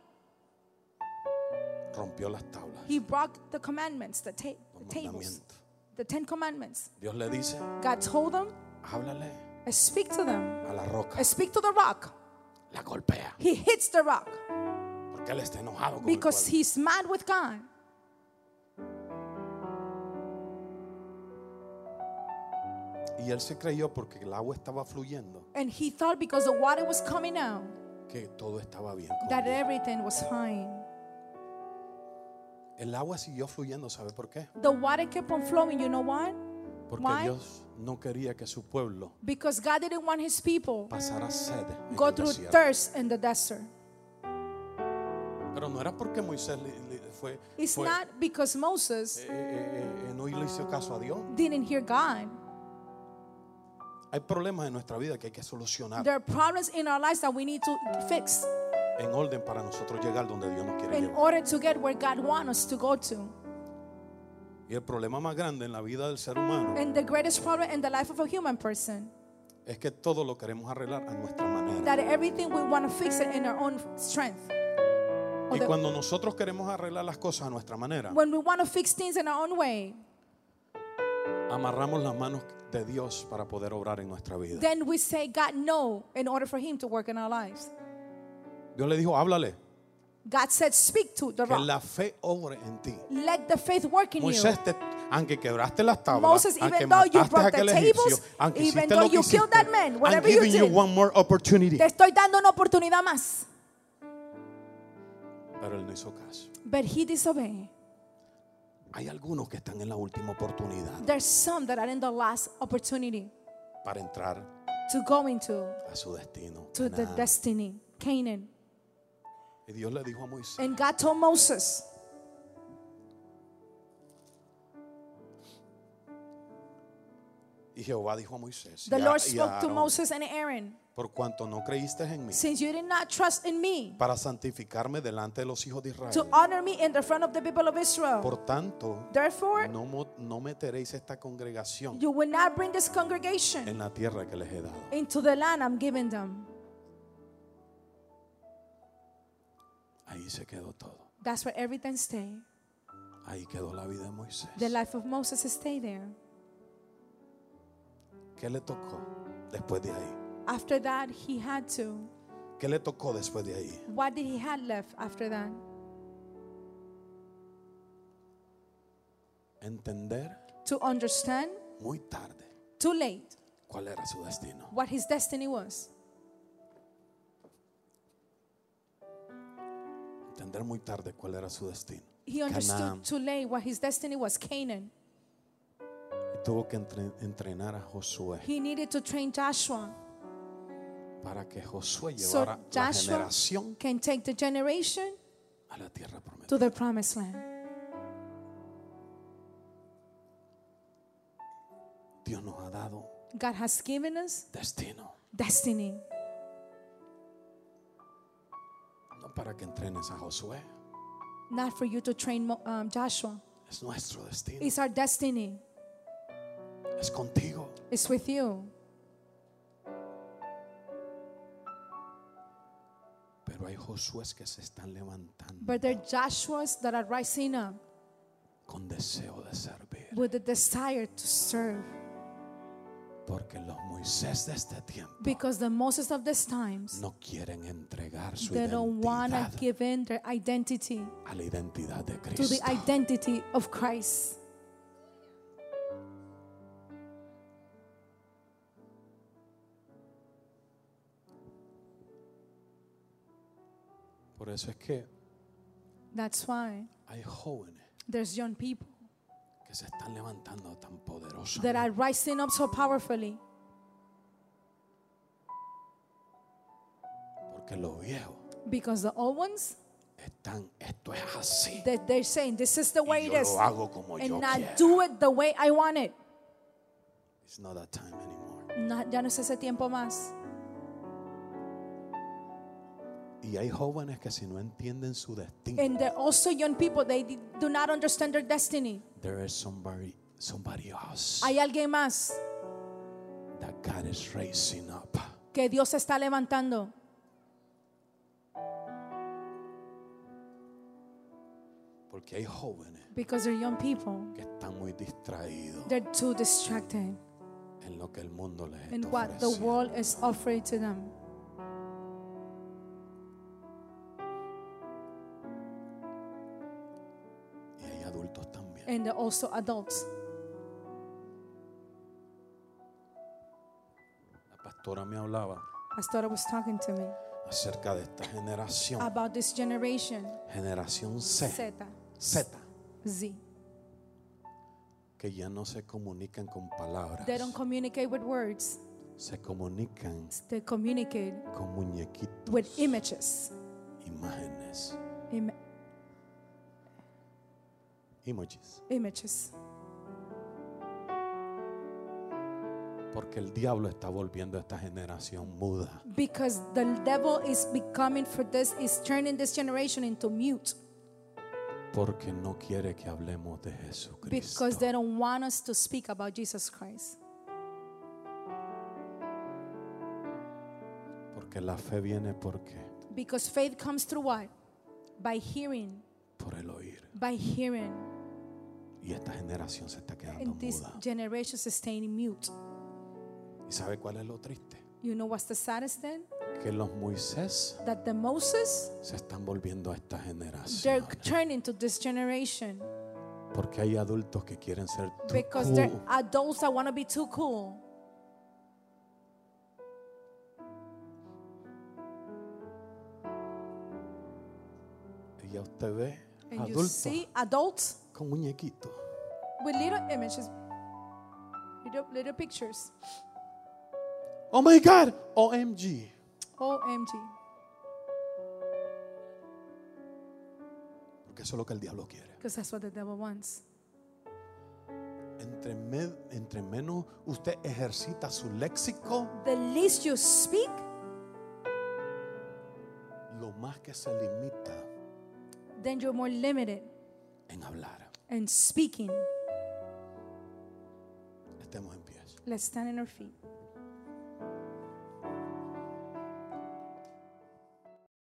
Speaker 2: rompió las tablas,
Speaker 1: He broke the commandments, the, ta- the
Speaker 2: los
Speaker 1: tables,
Speaker 2: mandamientos.
Speaker 1: the Ten Commandments.
Speaker 2: Dios le dice,
Speaker 1: God told them,
Speaker 2: háblale
Speaker 1: speak to them,
Speaker 2: a la roca,
Speaker 1: speak to the rock.
Speaker 2: la golpea,
Speaker 1: He hits the rock
Speaker 2: porque él está enojado con el
Speaker 1: because
Speaker 2: pueblo.
Speaker 1: he's mad with God.
Speaker 2: Y él se creyó porque el agua estaba fluyendo,
Speaker 1: And he thought because the water was coming out
Speaker 2: que todo estaba bien. con
Speaker 1: that
Speaker 2: Dios.
Speaker 1: everything was fine.
Speaker 2: El agua siguió fluyendo, ¿sabe por qué?
Speaker 1: The water kept on flowing, you know what?
Speaker 2: Porque
Speaker 1: Why?
Speaker 2: Dios no quería que su pueblo
Speaker 1: Because God didn't want his people
Speaker 2: pasara sed. en
Speaker 1: go
Speaker 2: el
Speaker 1: through
Speaker 2: desierto.
Speaker 1: thirst in the desert.
Speaker 2: Pero no era porque Moisés le- le- fue,
Speaker 1: It's
Speaker 2: fue-
Speaker 1: not because Moses
Speaker 2: eh, eh, eh, no le hizo caso a Dios.
Speaker 1: didn't hear God.
Speaker 2: Hay problemas en nuestra vida que hay que solucionar
Speaker 1: There are problems in our lives that we need to fix
Speaker 2: en orden para nosotros llegar donde Dios nos quiere
Speaker 1: in
Speaker 2: llevar.
Speaker 1: order to get where God wants us to go to.
Speaker 2: Y el problema más grande en la vida del ser humano
Speaker 1: And the greatest problem in the life of a human person
Speaker 2: es que todo lo queremos arreglar a nuestra manera.
Speaker 1: that everything we want to fix it in our own strength. Or
Speaker 2: Y
Speaker 1: the-
Speaker 2: cuando nosotros queremos arreglar las cosas a nuestra manera,
Speaker 1: when we want to fix things in our own way,
Speaker 2: amarramos las manos de Dios para poder obrar en nuestra vida.
Speaker 1: then we say God no in order for Him to work in our lives.
Speaker 2: Dios le dijo, háblale,
Speaker 1: God said, Speak to the
Speaker 2: que
Speaker 1: rock.
Speaker 2: la fe obre en ti.
Speaker 1: Let the faith work in you.
Speaker 2: Moisés, te- aunque quebraste las tablas,
Speaker 1: Moses,
Speaker 2: aunque
Speaker 1: even though you
Speaker 2: mataste a
Speaker 1: broke the
Speaker 2: aquel
Speaker 1: tables,
Speaker 2: egipcio, aunque
Speaker 1: even
Speaker 2: hiciste
Speaker 1: though
Speaker 2: lo que
Speaker 1: you killed
Speaker 2: hiciste,
Speaker 1: that man,
Speaker 2: I'm
Speaker 1: whatever you
Speaker 2: giving you
Speaker 1: did.
Speaker 2: one more opportunity.
Speaker 1: Te estoy dando una oportunidad más.
Speaker 2: Pero él no hizo caso.
Speaker 1: But he disobeyed.
Speaker 2: Hay algunos que están en la última oportunidad
Speaker 1: There's some that are in the last opportunity
Speaker 2: para entrar
Speaker 1: to go into
Speaker 2: a su destino.
Speaker 1: to the
Speaker 2: Canaán.
Speaker 1: destiny, Canaan.
Speaker 2: Y Dios le dijo a Moisés,
Speaker 1: And God told Moses,
Speaker 2: y Jehová dijo a Moisés,
Speaker 1: the
Speaker 2: y a-
Speaker 1: Lord
Speaker 2: y a
Speaker 1: spoke to
Speaker 2: Aarón,
Speaker 1: Moses and Aaron,
Speaker 2: por cuanto no creíste en mí,
Speaker 1: since you did not trust in me
Speaker 2: para santificarme delante de los hijos de
Speaker 1: to
Speaker 2: Israel,
Speaker 1: honor me in the front of the people of Israel.
Speaker 2: por tanto,
Speaker 1: Therefore,
Speaker 2: no, mo- no meteréis esta congregación
Speaker 1: you will not bring this congregation
Speaker 2: en la tierra que les he dado.
Speaker 1: into the land I'm giving them.
Speaker 2: Ahí se quedó todo.
Speaker 1: That's where everything stayed.
Speaker 2: Ahí quedó la vida de Moisés.
Speaker 1: The life of Moses stayed there.
Speaker 2: ¿Qué le tocó después de ahí?
Speaker 1: After that, he had to.
Speaker 2: ¿Qué le tocó después de ahí?
Speaker 1: What did he have left after that?
Speaker 2: Entender
Speaker 1: To understand
Speaker 2: muy tarde
Speaker 1: too late
Speaker 2: cuál era su destino.
Speaker 1: what his destiny was.
Speaker 2: Entender muy tarde cuál era su destino.
Speaker 1: He
Speaker 2: Canaán.
Speaker 1: understood too late what his destiny was Canaan.
Speaker 2: Y tuvo que entre- entrenar a Josué
Speaker 1: He needed to train Joshua
Speaker 2: para que Josué
Speaker 1: so
Speaker 2: llevara la
Speaker 1: Joshua
Speaker 2: generación
Speaker 1: can take the generation
Speaker 2: a la tierra prometida.
Speaker 1: to the promised land.
Speaker 2: Dios nos ha dado
Speaker 1: God has given us
Speaker 2: destino.
Speaker 1: destiny,
Speaker 2: No para que entrenes a Josué.
Speaker 1: not for you to train Mo- um, Joshua.
Speaker 2: Es nuestro destino.
Speaker 1: It's our destiny.
Speaker 2: Es contigo.
Speaker 1: It's with you.
Speaker 2: Pero hay Josué que se están levantando
Speaker 1: But there are Joshuas that are rising up
Speaker 2: con deseo de servir.
Speaker 1: with the desire to serve
Speaker 2: Porque los Moisés de este tiempo
Speaker 1: because the Moses of these times,
Speaker 2: no quieren entregar su
Speaker 1: they don't want to
Speaker 2: identidad
Speaker 1: give in their identity
Speaker 2: a la identidad de
Speaker 1: to the
Speaker 2: Cristo.
Speaker 1: identity of Christ.
Speaker 2: Por eso es que
Speaker 1: That's why
Speaker 2: hay jóvenes
Speaker 1: there's young people
Speaker 2: que se están levantando tan poderosos.
Speaker 1: that are rising up so powerfully
Speaker 2: Porque los viejos
Speaker 1: because the old ones,
Speaker 2: están, esto es así.
Speaker 1: that they're saying, this is the way
Speaker 2: Y
Speaker 1: it
Speaker 2: yo
Speaker 1: is,
Speaker 2: lo hago como yo
Speaker 1: and I
Speaker 2: quiero.
Speaker 1: do it the way I want it.
Speaker 2: It's not that time anymore.
Speaker 1: No, ya no es ese tiempo más.
Speaker 2: Y hay jóvenes que si no entienden su destino,
Speaker 1: And there are also young people, they do not understand their destiny.
Speaker 2: there is somebody, somebody else
Speaker 1: Hay alguien más
Speaker 2: that God is raising up.
Speaker 1: que Dios está levantando.
Speaker 2: Porque hay jóvenes
Speaker 1: Because they're young people.
Speaker 2: que están muy distraídos
Speaker 1: They're too distracted
Speaker 2: en lo que el mundo les
Speaker 1: in
Speaker 2: está
Speaker 1: what the
Speaker 2: ofreciendo.
Speaker 1: world is offering to them.
Speaker 2: Y hay adultos también
Speaker 1: And they're also adults.
Speaker 2: La pastora me hablaba
Speaker 1: Pastora was talking to me
Speaker 2: acerca de esta generación,
Speaker 1: about this generation
Speaker 2: generación C,
Speaker 1: Ah, Z,
Speaker 2: Z,
Speaker 1: Z.
Speaker 2: que ya no se comunican con palabras,
Speaker 1: They don't communicate with words,
Speaker 2: se comunican
Speaker 1: they communicate
Speaker 2: con muñequitos,
Speaker 1: with images.
Speaker 2: imágenes,
Speaker 1: Im-
Speaker 2: emojis.
Speaker 1: images.
Speaker 2: Porque el diablo está volviendo a esta generación muda.
Speaker 1: Because the devil is becoming for this, is turning this generation into mute.
Speaker 2: Porque no quiere que hablemos de Jesucristo.
Speaker 1: Because they don't want us to speak about Jesus Christ.
Speaker 2: Porque la fe viene porque
Speaker 1: Because faith comes through what? By hearing.
Speaker 2: por el oír.
Speaker 1: By hearing.
Speaker 2: Y esta generación se está quedando
Speaker 1: And this
Speaker 2: muda.
Speaker 1: generation is staying mute.
Speaker 2: ¿Y sabe cuál es lo triste?
Speaker 1: You know what's the saddest then?
Speaker 2: Que los Moisés
Speaker 1: That the Moses,
Speaker 2: se están volviendo a esta
Speaker 1: they're
Speaker 2: generación.
Speaker 1: turning to this generation.
Speaker 2: Porque hay adultos que quieren ser too
Speaker 1: Because
Speaker 2: cool.
Speaker 1: they're adults that want to be too cool.
Speaker 2: Y ya usted ve
Speaker 1: And you
Speaker 2: adultos
Speaker 1: see adults
Speaker 2: con muñequitos.
Speaker 1: with little images, little, little pictures.
Speaker 2: Oh my God, OMG.
Speaker 1: OMG.
Speaker 2: Porque eso es lo que el diablo quiere.
Speaker 1: Because that's what the devil wants.
Speaker 2: Entre, me- entre menos usted ejercita su léxico,
Speaker 1: The least you speak,
Speaker 2: lo más que se limita
Speaker 1: then you're more limited
Speaker 2: en hablar.
Speaker 1: in speaking.
Speaker 2: Estemos en pie.
Speaker 1: Let's stand on our feet.